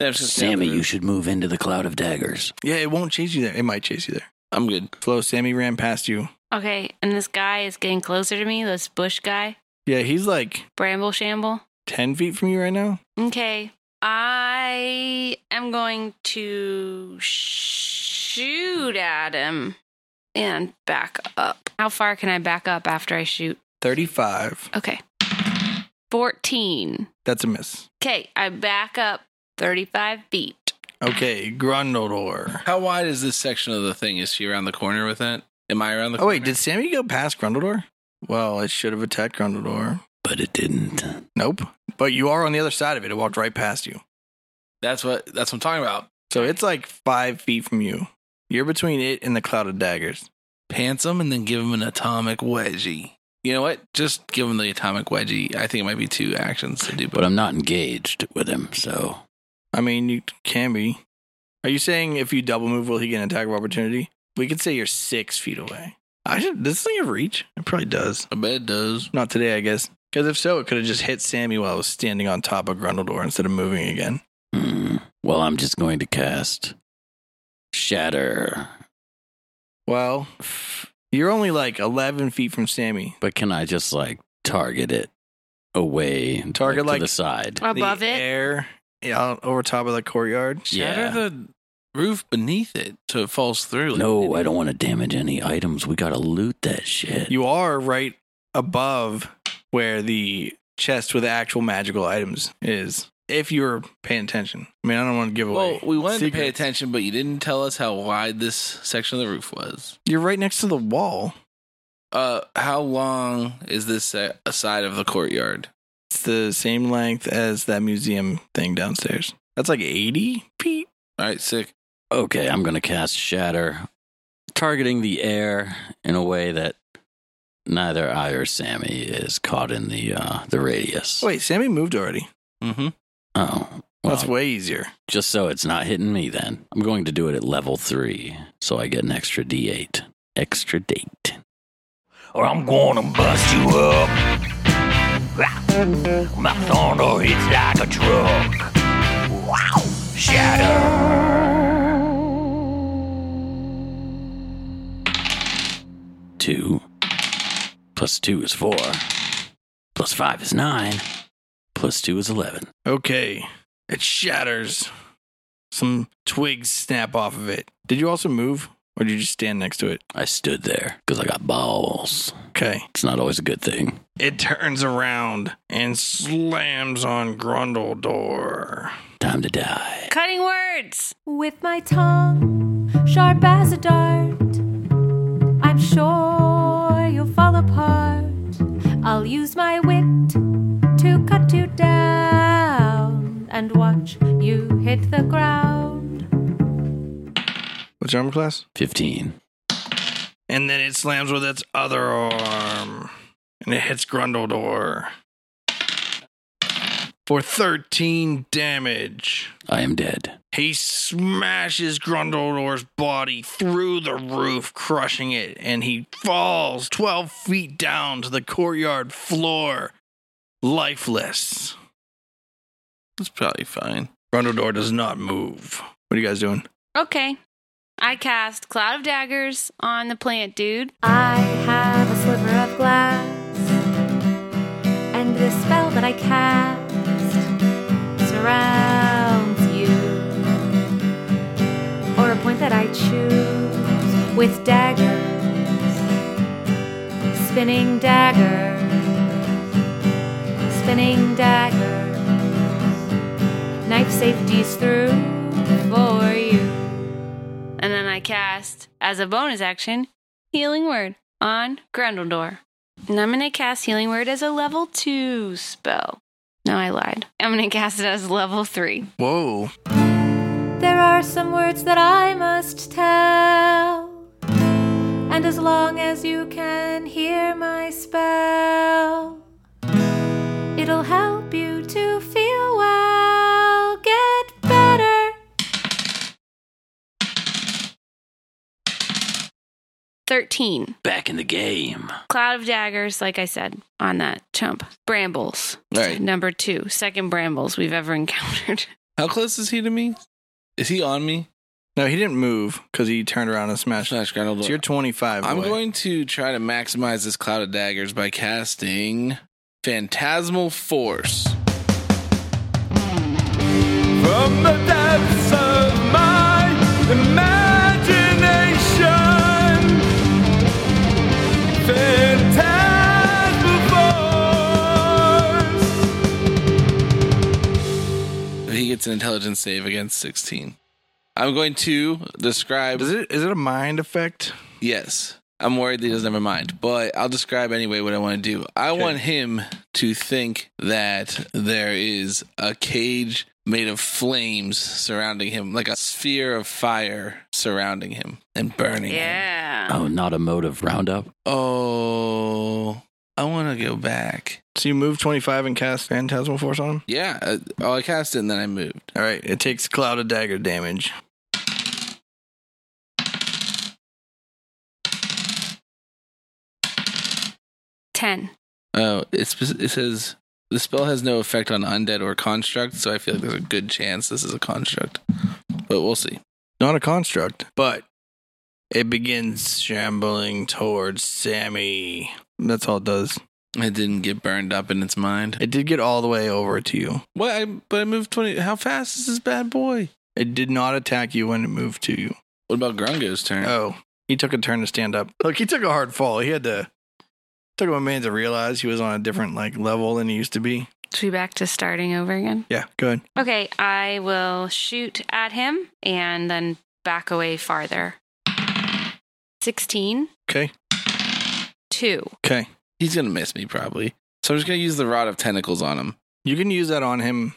Speaker 4: Yeah, I'm just gonna stay
Speaker 5: Sammy,
Speaker 4: on the
Speaker 5: you
Speaker 4: roof.
Speaker 5: should move into the cloud of daggers.
Speaker 2: Yeah, it won't chase you there. It might chase you there.
Speaker 4: I'm good.
Speaker 2: Flo, Sammy ran past you.
Speaker 3: Okay, and this guy is getting closer to me, this bush guy,
Speaker 2: Yeah, he's like
Speaker 3: Bramble Shamble.
Speaker 2: 10 feet from you right now.
Speaker 3: Okay, I am going to shoot at him and back up. How far can I back up after I shoot?
Speaker 2: 35.
Speaker 3: Okay, 14.
Speaker 2: That's a miss.
Speaker 3: Okay, I back up 35 feet.
Speaker 2: Okay,
Speaker 4: <laughs>
Speaker 2: Grundledor.
Speaker 4: How wide is this section of the thing? Is she around the corner with that? Am I around the?
Speaker 2: Oh, wait,
Speaker 4: corner?
Speaker 2: did Sammy go past Grundledor? Well, it should have attacked Grundledor.
Speaker 5: But it didn't.
Speaker 2: Nope. But you are on the other side of it. It walked right past you.
Speaker 4: that's what that's what I'm talking about.
Speaker 2: So it's like five feet from you. You're between it and the cloud of daggers.
Speaker 4: Pants him and then give him an atomic wedgie. You know what? Just give him the atomic wedgie. I think it might be two actions to do,
Speaker 5: But I'm not engaged with him, so
Speaker 2: I mean, you can be. Are you saying if you double move, will he get an attack of opportunity? We could say you're six feet away. I should, does this thing have reach? It probably does.
Speaker 4: I bet it does.
Speaker 2: Not today, I guess. Because if so, it could have just hit Sammy while I was standing on top of Grundledor instead of moving again.
Speaker 5: hmm. well, I'm just going to cast Shatter.
Speaker 2: Well, you're only like 11 feet from Sammy.
Speaker 5: But can I just like target it away,
Speaker 2: Target,
Speaker 5: to
Speaker 2: like-
Speaker 5: the side?
Speaker 3: Above
Speaker 2: the
Speaker 3: it?
Speaker 2: Air yeah, out over top of the courtyard.
Speaker 4: Shatter
Speaker 5: Yeah.
Speaker 4: the roof beneath it so it falls through.
Speaker 5: No, I don't want to damage any items. We gotta loot that shit.
Speaker 2: You are right above where the chest with the actual magical items is. If you're paying attention. I mean, I don't want to give away.
Speaker 4: Well, we wanted to pay
Speaker 2: secrets.
Speaker 4: attention, but you didn't tell us how wide this section of the roof was.
Speaker 2: You're right next to the wall.
Speaker 4: Uh, how long is this se- side of the courtyard?
Speaker 2: It's the same length as that museum thing downstairs. That's like 80 feet.
Speaker 4: All right, sick.
Speaker 5: Okay, I'm gonna cast Shatter, targeting the air in a way that neither I or Sammy is caught in the uh, the radius.
Speaker 2: Wait, Sammy moved already.
Speaker 4: Mm-hmm.
Speaker 5: Oh,
Speaker 2: That's
Speaker 5: well,
Speaker 2: way easier.
Speaker 5: just so it's not hitting me. Then I'm going to do it at level three, so I get an extra D8, extra date.
Speaker 8: or I'm gonna bust you up. My thunder hits like a truck. Wow, shatter.
Speaker 5: Two plus two is four, plus five is nine, plus two is eleven.
Speaker 2: Okay. It shatters. Some twigs snap off of it. Did you also move? Or did you just stand next to it?
Speaker 5: I stood there because I got balls.
Speaker 2: Okay.
Speaker 5: It's not always a good thing.
Speaker 2: It turns around and slams on Grundledor.
Speaker 5: Time to die.
Speaker 3: Cutting words.
Speaker 6: With my tongue, sharp as a dart, I'm sure you'll fall apart. I'll use my wit to cut you down and watch you hit the ground.
Speaker 2: What's your armor class?
Speaker 5: 15.
Speaker 2: And then it slams with its other arm. And it hits Grundledor. for 13 damage.
Speaker 5: I am dead.
Speaker 2: He smashes Grundledor's body through the roof, crushing it, and he falls 12 feet down to the courtyard floor, lifeless.
Speaker 4: It's probably fine.
Speaker 2: Grundledor does not move. What are you guys doing?
Speaker 3: Okay. I cast Cloud of Daggers on the plant dude.
Speaker 6: I have a sliver of glass, and the spell that I cast surrounds you, or a point that I choose with daggers, spinning daggers, spinning daggers, knife safety's through for you.
Speaker 3: And then I cast, as a bonus action, Healing Word on Grundledor. And I'm going to cast Healing Word as a level 2 spell. No, I lied. I'm going to cast it as level 3.
Speaker 2: Whoa.
Speaker 6: There are some words that I must tell. And as long as you can hear my spell, it'll help you to feel well. Get better.
Speaker 3: 13.
Speaker 5: Back in the game.
Speaker 3: Cloud of Daggers, like I said, on that chump. Brambles,
Speaker 4: All right.
Speaker 3: number 2. Second Brambles we've ever <laughs> encountered.
Speaker 4: How close is he to me? Is he on me?
Speaker 2: No, he didn't move because he turned around and smashed.
Speaker 4: Slash Grundledor.
Speaker 2: So you're 25.
Speaker 4: I'm
Speaker 2: boy.
Speaker 4: going to try to maximize this cloud of daggers by casting Phantasmal Force.
Speaker 7: From the depths of my imagination, phantasmal force.
Speaker 4: He gets an intelligence save against 16. I'm going to describe.
Speaker 2: Is it is it a mind effect?
Speaker 4: Yes. I'm worried that he doesn't have a mind, but I'll describe anyway what I want to do. I want him to think that there is a cage made of flames surrounding him, like a sphere of fire surrounding him and burning him.
Speaker 3: Yeah.
Speaker 5: Oh, not a mode of roundup.
Speaker 4: Oh, I want to go back.
Speaker 2: So you move 25 and cast Phantasmal Force on him?
Speaker 4: Yeah. uh, Oh, I cast it and then I moved.
Speaker 2: All right, it takes Cloud of Dagger damage.
Speaker 3: Ten.
Speaker 4: Oh, it's, it says the spell has no effect on undead or construct, so I feel like there's a good chance this is a construct, but we'll see.
Speaker 2: Not a construct, but it begins shambling towards Sammy. That's all it does.
Speaker 4: It didn't get burned up in its mind.
Speaker 2: It did get all the way over to you.
Speaker 4: What? I, but I moved 20. How fast is this bad boy?
Speaker 2: It did not attack you when it moved to you.
Speaker 4: What about Grungo's turn?
Speaker 2: Oh, he took a turn to stand up. Look, he took a hard fall. He had to took him a minute to realize he was on a different like level than he used to be.
Speaker 3: Should we back to starting over again?
Speaker 2: Yeah, good.
Speaker 3: Okay, I will shoot at him and then back away farther. 16,
Speaker 2: Okay,
Speaker 3: 2.
Speaker 2: okay.
Speaker 4: He's going to miss me probably. So I'm just going to use the Rod of Tentacles on him.
Speaker 2: You can use that on him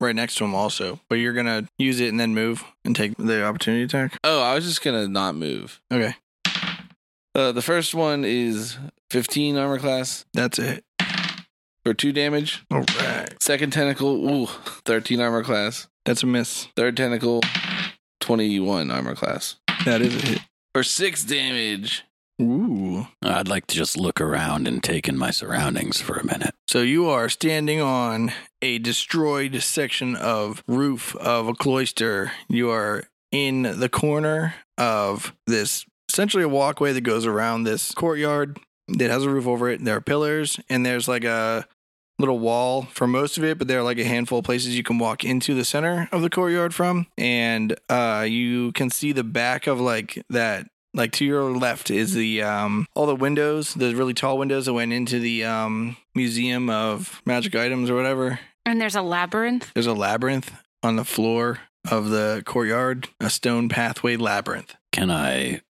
Speaker 2: right next to him also, but you're gonna use it and then move and take the opportunity attack.
Speaker 4: Oh, I was just going to not move.
Speaker 2: Okay,
Speaker 4: Uh, the first one is 15 armor class
Speaker 2: that's it.
Speaker 4: for 2 damage.
Speaker 2: All right,
Speaker 4: Second tentacle, ooh, 13 armor class.
Speaker 2: that's a miss.
Speaker 4: Third tentacle, 21 armor class
Speaker 2: That is a hit.
Speaker 4: for 6 damage.
Speaker 2: Ooh.
Speaker 5: I'd like to just look around and take in my surroundings for a minute.
Speaker 2: So you are standing on a destroyed section of roof of a cloister. You are in the corner of this essentially a walkway that goes around this courtyard that has a roof over it. There are pillars and there's like a little wall for most of it, but there are like a handful of places you can walk into the center of the courtyard from. And uh you can see the back of like that like to your left is the um all the windows, the really tall windows that went into the um museum of magic items or whatever.
Speaker 3: And there's a labyrinth.
Speaker 2: There's a labyrinth on the floor of the courtyard, a stone pathway labyrinth.
Speaker 5: Can I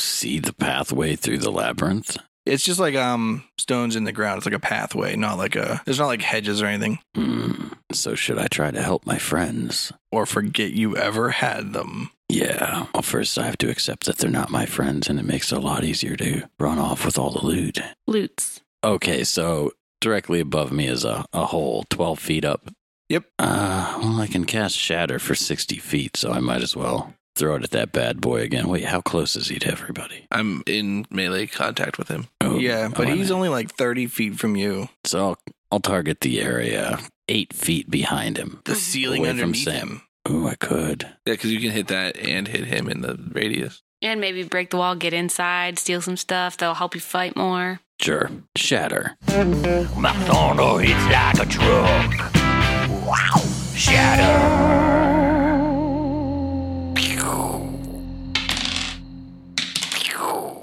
Speaker 5: see the pathway through the labyrinth?
Speaker 2: It's just like um stones in the ground. It's like a pathway, not like a there's not like hedges or anything.
Speaker 5: Hmm. So should I try to help my friends?
Speaker 2: Or forget you ever had them.
Speaker 5: Yeah. Well, first I have to accept that they're not my friends, and it makes it a lot easier to run off with all the loot.
Speaker 3: Loots.
Speaker 5: Okay, so directly above me is a, a hole 12 feet up.
Speaker 2: Yep.
Speaker 5: Uh, well, I can cast Shatter for 60 feet, so I might as well throw it at that bad boy again. Wait, how close is he to everybody?
Speaker 4: I'm in melee contact with him.
Speaker 5: Oh,
Speaker 2: yeah, but
Speaker 5: oh,
Speaker 2: he's
Speaker 5: I-
Speaker 2: only like 30 feet from you.
Speaker 5: So I'll, I'll target the area eight feet behind him.
Speaker 4: The ceiling
Speaker 5: Away from
Speaker 4: underneath
Speaker 5: Sam.
Speaker 4: him.
Speaker 5: Oh, I could.
Speaker 4: Yeah, because you can hit that and hit him in the radius.
Speaker 3: And maybe break the wall, get inside, steal some stuff. That'll help you fight more.
Speaker 5: Sure. Shatter.
Speaker 8: My thunder hits like a truck. Wow. Shatter. Pew. Pew.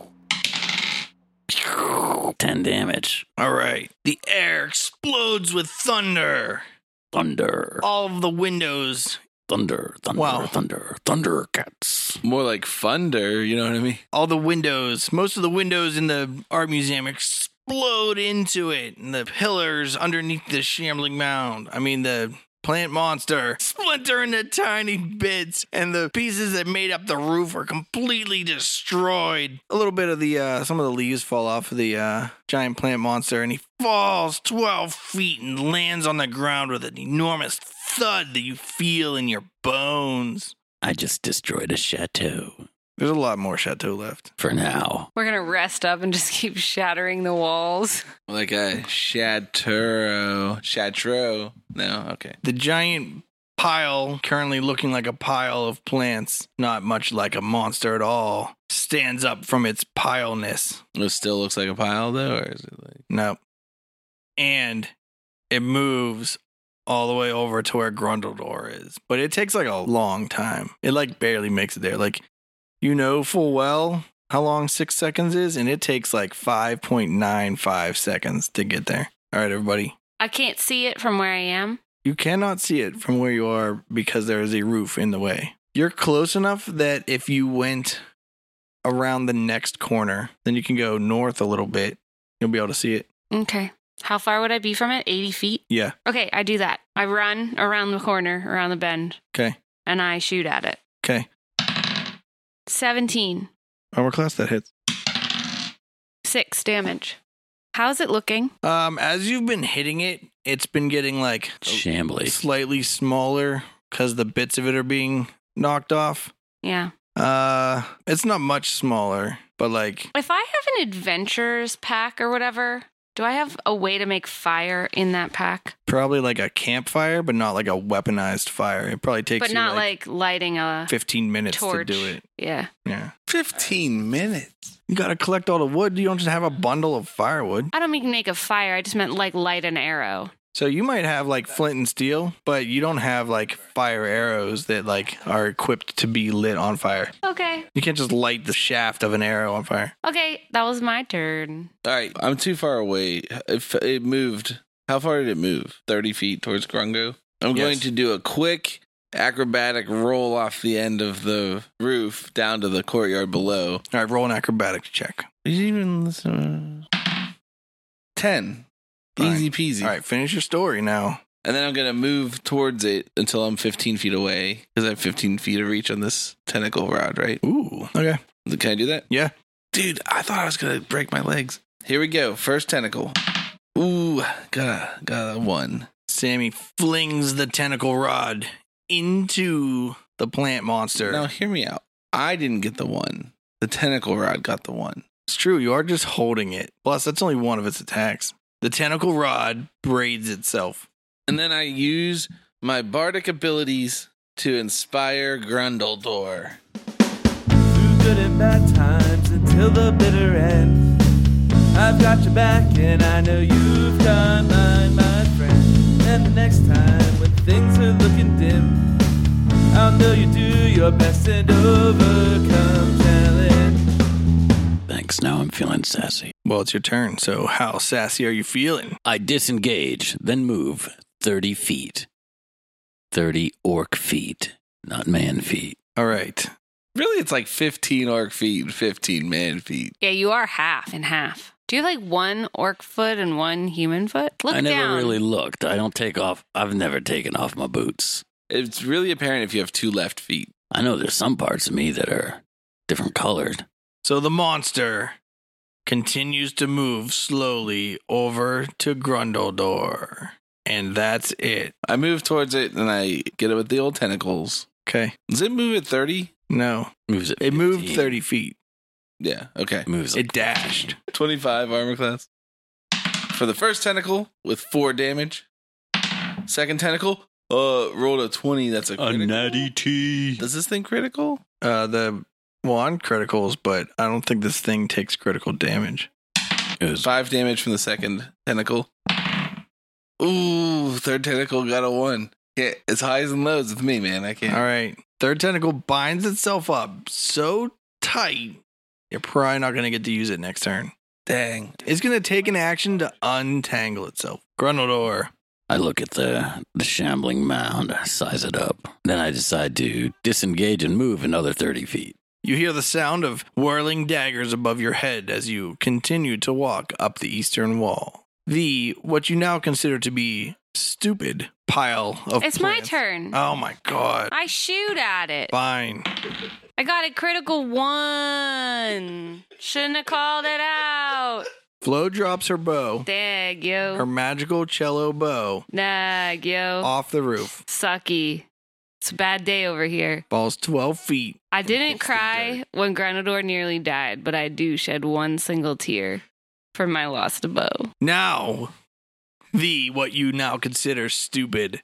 Speaker 5: 10 damage.
Speaker 2: All right. The air explodes with thunder.
Speaker 5: Thunder.
Speaker 2: All of the windows,
Speaker 5: Thunder. Thunder.
Speaker 2: Wow.
Speaker 5: Thunder. Thundercats.
Speaker 4: More like thunder, you know what I mean?
Speaker 2: all the windows, most of the windows in the art museum explode into it. And the pillars underneath the shambling mound, I mean, the plant monster, <laughs> splinter into tiny bits. And the pieces that made up the roof are completely destroyed. A little bit of the, uh, some of the leaves fall off of the uh, giant plant monster, and he falls 12 feet and lands on the ground with an enormous thud that you feel in your bones.
Speaker 5: I just destroyed a chateau.
Speaker 2: There's a lot more chateau left.
Speaker 5: For now.
Speaker 3: We're gonna rest up and <laughs> just keep shattering the walls.
Speaker 4: Like a chateau. Chateau. No, okay.
Speaker 2: the giant pile, currently looking like a pile of plants, not much like a monster at all, stands up from its pileness.
Speaker 4: It still looks like a pile, though, or is it like.
Speaker 2: No. And it moves all the way over to where Grundledor is. But it takes like a long time. It like barely makes it there. Like, you know full well how long six seconds is, and it takes like 5.95 seconds to get there. All right, everybody.
Speaker 3: I can't see it from where I am.
Speaker 2: You cannot see it from where you are because there is a roof in the way. You're close enough that if you went around the next corner, then you can go north a little bit. You'll be able to see it.
Speaker 3: Okay. How far would I be from it? 80 feet?
Speaker 2: Yeah.
Speaker 3: Okay, I do that. I run around the corner, around the bend,
Speaker 2: Okay.
Speaker 3: and I shoot at it.
Speaker 2: Okay.
Speaker 3: 17.
Speaker 2: Armor class Oh, that hits.
Speaker 3: Six damage. How's it looking?
Speaker 2: Um, as you've been hitting it, it's been getting like
Speaker 5: Shambly.
Speaker 2: slightly smaller because the bits of it are being knocked off.
Speaker 3: Yeah.
Speaker 2: Uh, it's not much smaller, but like
Speaker 3: If I have an adventures pack or whatever, do I have a way to make fire in that pack?
Speaker 2: probably like a campfire, but not like a weaponized fire. It probably takes
Speaker 3: But
Speaker 2: you
Speaker 3: not
Speaker 2: like,
Speaker 3: like, lighting a
Speaker 2: 15 minutes
Speaker 3: torch.
Speaker 2: to do it.
Speaker 3: Yeah.
Speaker 2: Yeah.
Speaker 4: 15 minutes.
Speaker 2: You gotta collect all the wood. You don't just have a bundle of firewood.
Speaker 3: I don't mean make a fire. I just meant like light an arrow.
Speaker 2: So you might have like flint and steel, but you don't have like fire arrows that like are equipped to be lit on fire.
Speaker 3: Okay.
Speaker 2: You can't just light the shaft of an arrow on fire.
Speaker 3: Okay. That was my turn.
Speaker 4: All right, I'm too far away. If it moved, how far did it move? 30 feet towards Grungo. I'm
Speaker 2: Yes.
Speaker 4: going to do a quick acrobatic roll off the end of the roof down to the courtyard below.
Speaker 2: All right, roll an acrobatics check.
Speaker 4: Did you even listen? 10. Easy peasy.
Speaker 2: All right, finish your story now.
Speaker 4: And then I'm going to move towards it until I'm 15 feet away because I have 15 feet of reach on this tentacle rod, right?
Speaker 2: Ooh. Okay.
Speaker 4: Can I do that?
Speaker 2: Yeah.
Speaker 4: Dude, I thought I was gonna break my legs. Here we go. First tentacle. Ooh, got a, got a one.
Speaker 2: Sammy flings the tentacle rod into the plant monster.
Speaker 4: Now hear me out. I didn't get the one. The tentacle rod got the one.
Speaker 2: It's true. You are just holding it. Plus, that's only one of its attacks. The tentacle rod braids itself.
Speaker 4: And then I use my bardic abilities to inspire Grundledor.
Speaker 7: through good and bad times until the bitter end. I've got your back, and I know you've got mine, my friend. And the next time when things are looking dim, I'll know you do your best and overcome challenge.
Speaker 5: Thanks. Now I'm feeling sassy.
Speaker 2: Well, it's your turn. So, how sassy are you feeling?
Speaker 5: I disengage, then move 30 feet. 30 orc feet, not man feet.
Speaker 2: All right.
Speaker 4: Really, it's like 15 orc feet, and 15 man feet.
Speaker 3: Yeah, you are half and half. Do you have like one orc foot and one human foot? Look
Speaker 5: I never
Speaker 3: down.
Speaker 5: really looked. I don't take off, I've never taken off my boots.
Speaker 4: It's really apparent if you have two left feet.
Speaker 5: I know there's some parts of me that are different colored.
Speaker 2: So the monster continues to move slowly over to Grundledor. And that's it.
Speaker 4: I move towards it and I get it with the old tentacles.
Speaker 2: Okay.
Speaker 4: Does it move at 30?
Speaker 2: No.
Speaker 5: Moves at
Speaker 2: It moved
Speaker 5: 15.
Speaker 2: 30 feet.
Speaker 4: Yeah, okay.
Speaker 5: Moves.
Speaker 2: It dashed.
Speaker 4: 25 armor class. For the first tentacle with 4 damage. Second tentacle, uh rolled a 20, that's a critical.
Speaker 5: T.
Speaker 4: Does this thing critical?
Speaker 2: Uh, the well, on criticals, but I don't think this thing takes critical damage.
Speaker 5: Is
Speaker 4: 5 damage from the second tentacle. Ooh, third tentacle got a 1. Yeah, it's highs and lows with me, man. I can't.
Speaker 2: All right. Third tentacle binds itself up so tight, you're probably not going to get to use it next turn.
Speaker 4: Dang.
Speaker 2: It's going to take an action to untangle itself. Grundledor.
Speaker 5: I look at the the shambling mound, size it up, then I decide to disengage and move another thirty feet.
Speaker 2: You hear the sound of whirling daggers above your head as you continue to walk up the eastern wall. The what you now consider to be stupid pile of
Speaker 3: It's my
Speaker 2: plants-
Speaker 3: turn.
Speaker 2: Oh my god.
Speaker 3: I shoot at it.
Speaker 2: Fine.
Speaker 3: I got a critical one. Shouldn't have called it out.
Speaker 2: Flo drops her bow,
Speaker 3: Dag
Speaker 2: her
Speaker 3: yo.
Speaker 2: magical cello bow,
Speaker 3: Dag yo.
Speaker 2: off the roof.
Speaker 3: Sucky. It's a bad day over here.
Speaker 2: Falls 12 feet.
Speaker 3: I didn't
Speaker 2: It's the
Speaker 3: cry when Granador nearly died, but I do shed one single tear for my lost bow.
Speaker 2: Now, the what you now consider stupid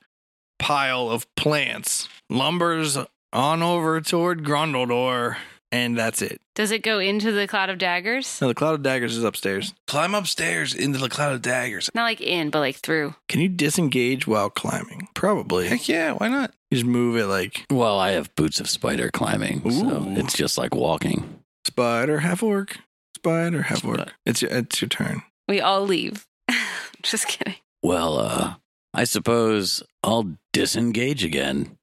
Speaker 2: pile of plants lumbers on over toward Grundledor, and that's it.
Speaker 3: Does it go into the cloud of daggers?
Speaker 2: Now, the Cloud of Daggers is upstairs.
Speaker 4: Climb upstairs into the cloud of daggers.
Speaker 3: Not like in, but like through.
Speaker 2: Can you disengage while climbing? Probably. You
Speaker 4: Heck yeah, why not?
Speaker 2: just move it like
Speaker 5: Well, I have boots of spider climbing, so
Speaker 2: Ooh.
Speaker 5: it's just like walking.
Speaker 2: spider, half orc, spider, half orc. It's your, it's your turn.
Speaker 3: We all leave. <laughs> Just kidding.
Speaker 5: Well, uh, I suppose I'll disengage again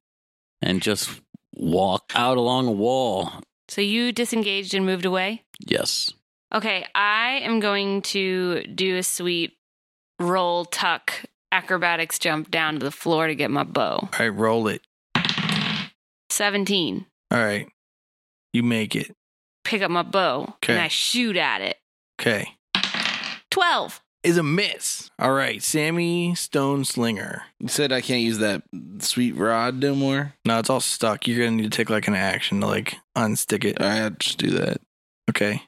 Speaker 5: and just walk out along a wall.
Speaker 3: So you disengaged and moved away?
Speaker 5: Yes.
Speaker 3: Okay, I am going to do a sweet roll tuck acrobatics jump down to the floor to get my bow.
Speaker 2: All right, roll it.
Speaker 3: 17.
Speaker 2: All right. You make it.
Speaker 3: Pick up my bow
Speaker 2: Okay.
Speaker 3: and I shoot at it.
Speaker 2: Okay.
Speaker 3: 12.
Speaker 2: Is a miss. All right, Sammy Stone Slinger.
Speaker 4: You said I can't use that sweet rod no more.
Speaker 2: No, it's all stuck. You're gonna need to take like an action to like unstick it.
Speaker 4: All right, I'll just do that.
Speaker 2: Okay. You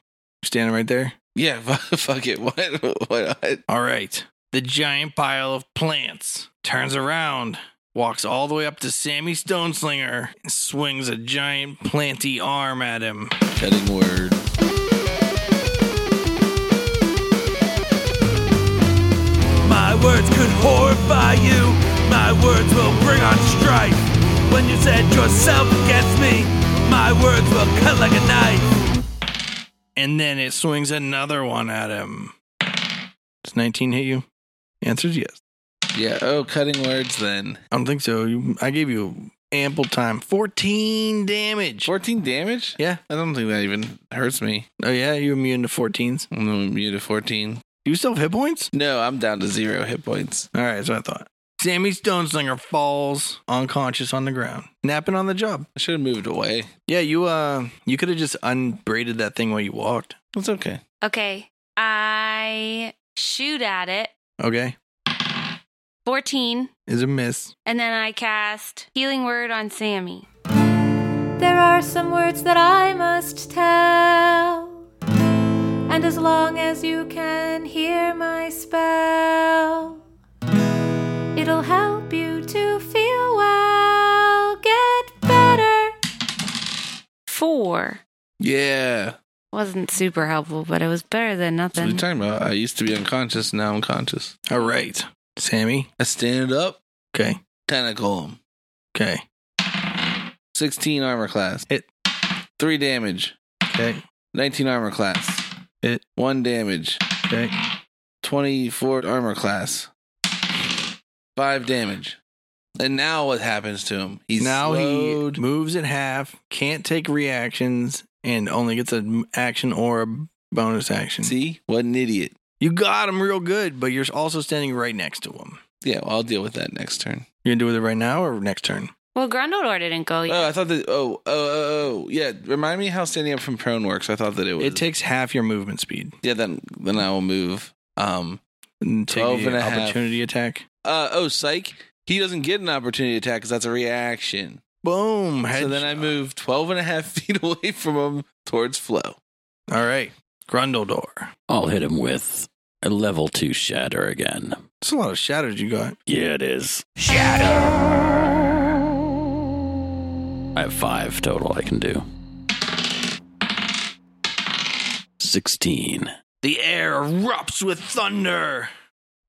Speaker 2: standing right there?
Speaker 4: Yeah, <laughs> fu- fuck it. What? What? what?
Speaker 2: All right. The giant pile of plants turns around, walks all the way up to Sammy Stoneslinger, and swings a giant planty arm at him.
Speaker 4: Cutting word.
Speaker 7: My words could horrify you. My words will bring on strife. When you set yourself against me, my words will cut like a knife.
Speaker 2: And then it swings another one at him. Does 19 hit you? Answer's yes.
Speaker 4: Yeah. Oh, cutting words then.
Speaker 2: I don't think so. You, I gave you ample time. 14 damage.
Speaker 4: 14 damage?
Speaker 2: yeah.
Speaker 4: I don't think that even hurts me.
Speaker 2: Oh, yeah. You're immune to 14s.
Speaker 4: I'm immune to 14.
Speaker 2: Do you still have hit points?
Speaker 4: No, I'm down to zero hit points.
Speaker 2: All right, that's what I thought. Sammy Stoneslinger falls unconscious on the ground, napping on the job.
Speaker 4: I should have moved away.
Speaker 2: Yeah, you uh, you could have just unbraided that thing while you walked.
Speaker 4: That's okay.
Speaker 3: Okay, I shoot at it.
Speaker 2: Okay,
Speaker 3: 14.
Speaker 2: is a miss.
Speaker 3: And then I cast Healing Word on Sammy.
Speaker 6: There are some words that I must tell. And as long as you can hear my spell, it'll help you to feel well. Get better.
Speaker 3: Four.
Speaker 4: Yeah.
Speaker 3: Wasn't super helpful, but it was better than
Speaker 4: That's what
Speaker 3: nothing.
Speaker 4: you're talking about. I used to be unconscious. Now I'm conscious.
Speaker 2: All right, Sammy.
Speaker 4: I stand up,
Speaker 2: Okay,
Speaker 4: tentacle him.
Speaker 2: okay,
Speaker 4: 16 armor class.
Speaker 2: Hit.
Speaker 4: 3 damage.
Speaker 2: okay,
Speaker 4: 19 armor class.
Speaker 2: Hit.
Speaker 4: 1 damage.
Speaker 2: okay.
Speaker 4: 24 armor class, 5 damage. And now what happens to him? He's
Speaker 2: now
Speaker 4: slowed.
Speaker 2: he moves in half, can't take reactions, and only gets an action or a bonus action.
Speaker 4: See? What an idiot.
Speaker 2: you got him real good, but you're also standing right next to him.
Speaker 4: Yeah, well, I'll deal with that next turn.
Speaker 2: You're gonna do it right now or next turn?
Speaker 3: Well, Grundledor didn't go yet.
Speaker 4: Oh, I thought that. Oh, oh, oh, oh, yeah. Remind me how standing up from prone works. I thought that it was.
Speaker 2: It takes half your movement speed.
Speaker 4: yeah. Then then I will move. Um.
Speaker 2: And take
Speaker 4: 12
Speaker 2: the
Speaker 4: and a half.
Speaker 2: opportunity attack.
Speaker 4: Uh. Oh, psych. He doesn't get an opportunity attack because that's a reaction.
Speaker 2: Boom.
Speaker 4: So then I
Speaker 2: headshot.
Speaker 4: move 12 and a half <laughs> feet away from him towards Flo.
Speaker 2: All right. Grundledor.
Speaker 5: I'll hit him with a level two shatter again.
Speaker 2: That's a lot of shatters you got.
Speaker 5: Yeah, it is. Shatter. I have five total I can do. 16.
Speaker 2: The air erupts with thunder.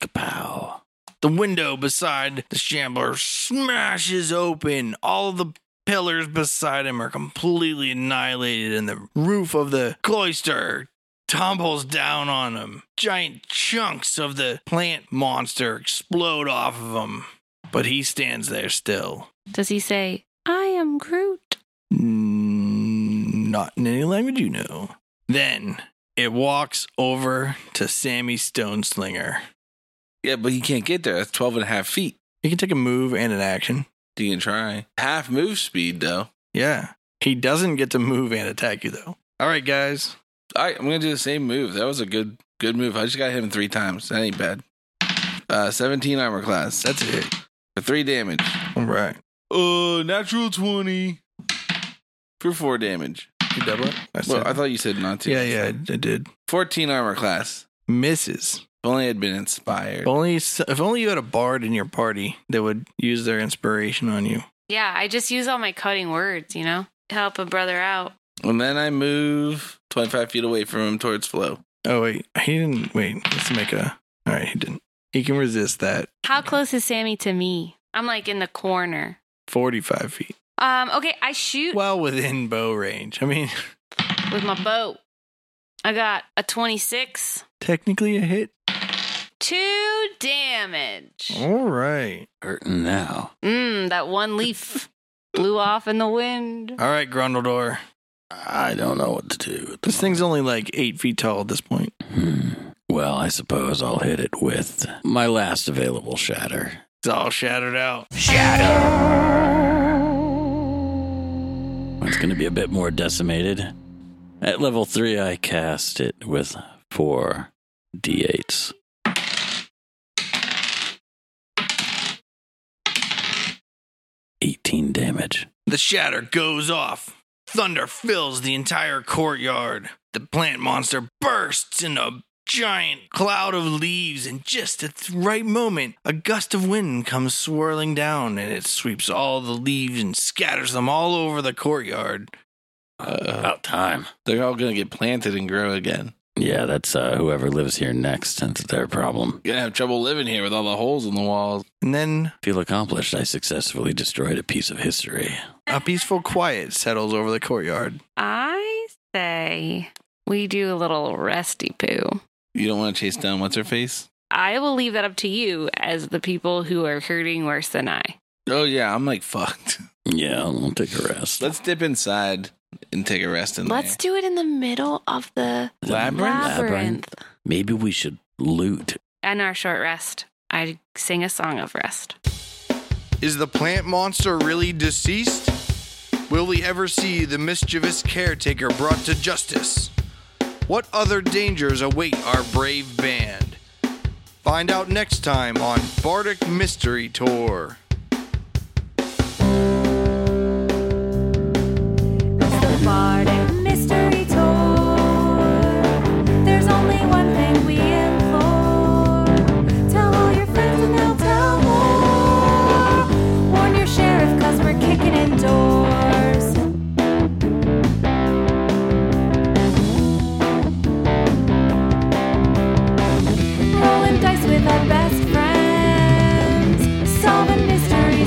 Speaker 5: Kapow.
Speaker 2: The window beside the shambler smashes open. All the pillars beside him are completely annihilated, and the roof of the cloister tumbles down on him. Giant chunks of the plant monster explode off of him, but he stands there still.
Speaker 3: Does he say, I am Groot?
Speaker 2: Mm, not in any language you know. Then it walks over to Sammy Stoneslinger.
Speaker 4: Yeah, but he can't get there. That's 12 and a half feet.
Speaker 2: He can take a move and an action.
Speaker 4: You can try. Half move speed, though.
Speaker 2: Yeah. He doesn't get to move and attack you, though. All right, guys.
Speaker 4: All right, I'm going to do the same move. That was a good good move. I just got hit him three times. That ain't bad. Uh, 17 armor class. That's it. For three damage.
Speaker 2: All right.
Speaker 4: Uh, natural 20. For four damage.
Speaker 2: You double it? I
Speaker 4: Well,
Speaker 2: said-
Speaker 4: I thought you said not to.
Speaker 2: yeah, yeah, I, I did.
Speaker 4: 14 armor class.
Speaker 2: Misses.
Speaker 4: If only I'd been inspired.
Speaker 2: If only, if only you had a bard in your party that would use their inspiration on you.
Speaker 3: Yeah, I just use all my cutting words, you know? Help a brother out.
Speaker 4: And then I move 25 feet away from him towards Flo.
Speaker 2: Oh, wait. He didn't. Wait. Let's make a. All right, he didn't. He can resist that.
Speaker 3: How close is Sammy to me? I'm like in the corner.
Speaker 2: 45 feet.
Speaker 3: Um, okay, I shoot
Speaker 2: Well within bow range. I mean, <laughs>
Speaker 3: with my bow. I got a 26.
Speaker 2: technically a hit.
Speaker 3: Two damage.
Speaker 2: All right.
Speaker 5: Hurting now.
Speaker 3: Mmm, that one <laughs> leaf blew off in the wind.
Speaker 2: All right, Grundledor.
Speaker 5: I don't know what to do. at the
Speaker 2: This thing's only like eight feet tall at this point.
Speaker 5: moment. Hmm. Well, I suppose I'll hit it with my last available shatter.
Speaker 2: It's all shattered out.
Speaker 5: It's going to be a bit more decimated. At level three, I cast it with four d8s. Eighteen damage.
Speaker 2: The shatter goes off. Thunder fills the entire courtyard. The plant monster bursts in a giant cloud of leaves, and just at the right moment, a gust of wind comes swirling down and it sweeps all the leaves and scatters them all over the courtyard.
Speaker 5: About time.
Speaker 4: They're all going to get planted and grow again.
Speaker 5: Yeah, that's uh, whoever lives here next. That's their problem.
Speaker 4: You're going to have trouble living here with all the holes in the walls.
Speaker 2: And then
Speaker 5: Feel accomplished. I successfully destroyed a piece of history.
Speaker 2: a peaceful quiet settles over the courtyard.
Speaker 3: I say we do a little resty poo.
Speaker 4: You don't want to chase down what's her face?
Speaker 3: I will leave that up to you as the people who are hurting worse than I.
Speaker 4: Oh, yeah. I'm like, fucked.
Speaker 5: Yeah, I'll take a rest.
Speaker 4: Let's dip inside and take a rest in
Speaker 3: Let's do it in the middle of the
Speaker 5: The
Speaker 3: labyrinth.
Speaker 5: Maybe we should loot.
Speaker 3: And our short rest. I sing a song of rest.
Speaker 2: Is the plant monster really deceased? Will we ever see the mischievous caretaker brought to justice? What other dangers await our brave band? Find out next time on Bardic Mystery Tour.
Speaker 6: It's the Bardic Mystery Tour. There's only one thing we implore. Tell all your friends and they'll tell more. Warn your sheriff cause we're kicking in doors. Rolling dice with our best friends. Solving mysteries.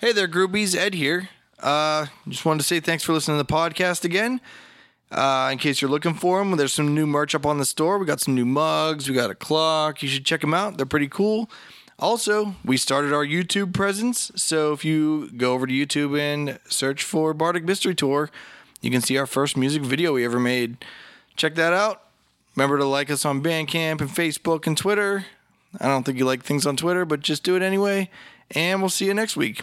Speaker 2: Hey there, groupies. Ed here. Uh, just wanted to say thanks for listening to the podcast again. Uh, in case you're looking for them, there's some new merch up on the store. We got some new mugs. We got a clock. You should check them out. They're pretty cool. Also, we started our YouTube presence. So if you go over to YouTube and search for Bardic Mystery Tour, you can see our first music video we ever made. Check that out. Remember to like us on Bandcamp and Facebook and Twitter. I don't think you like things on Twitter, but just do it anyway. And we'll see you next week.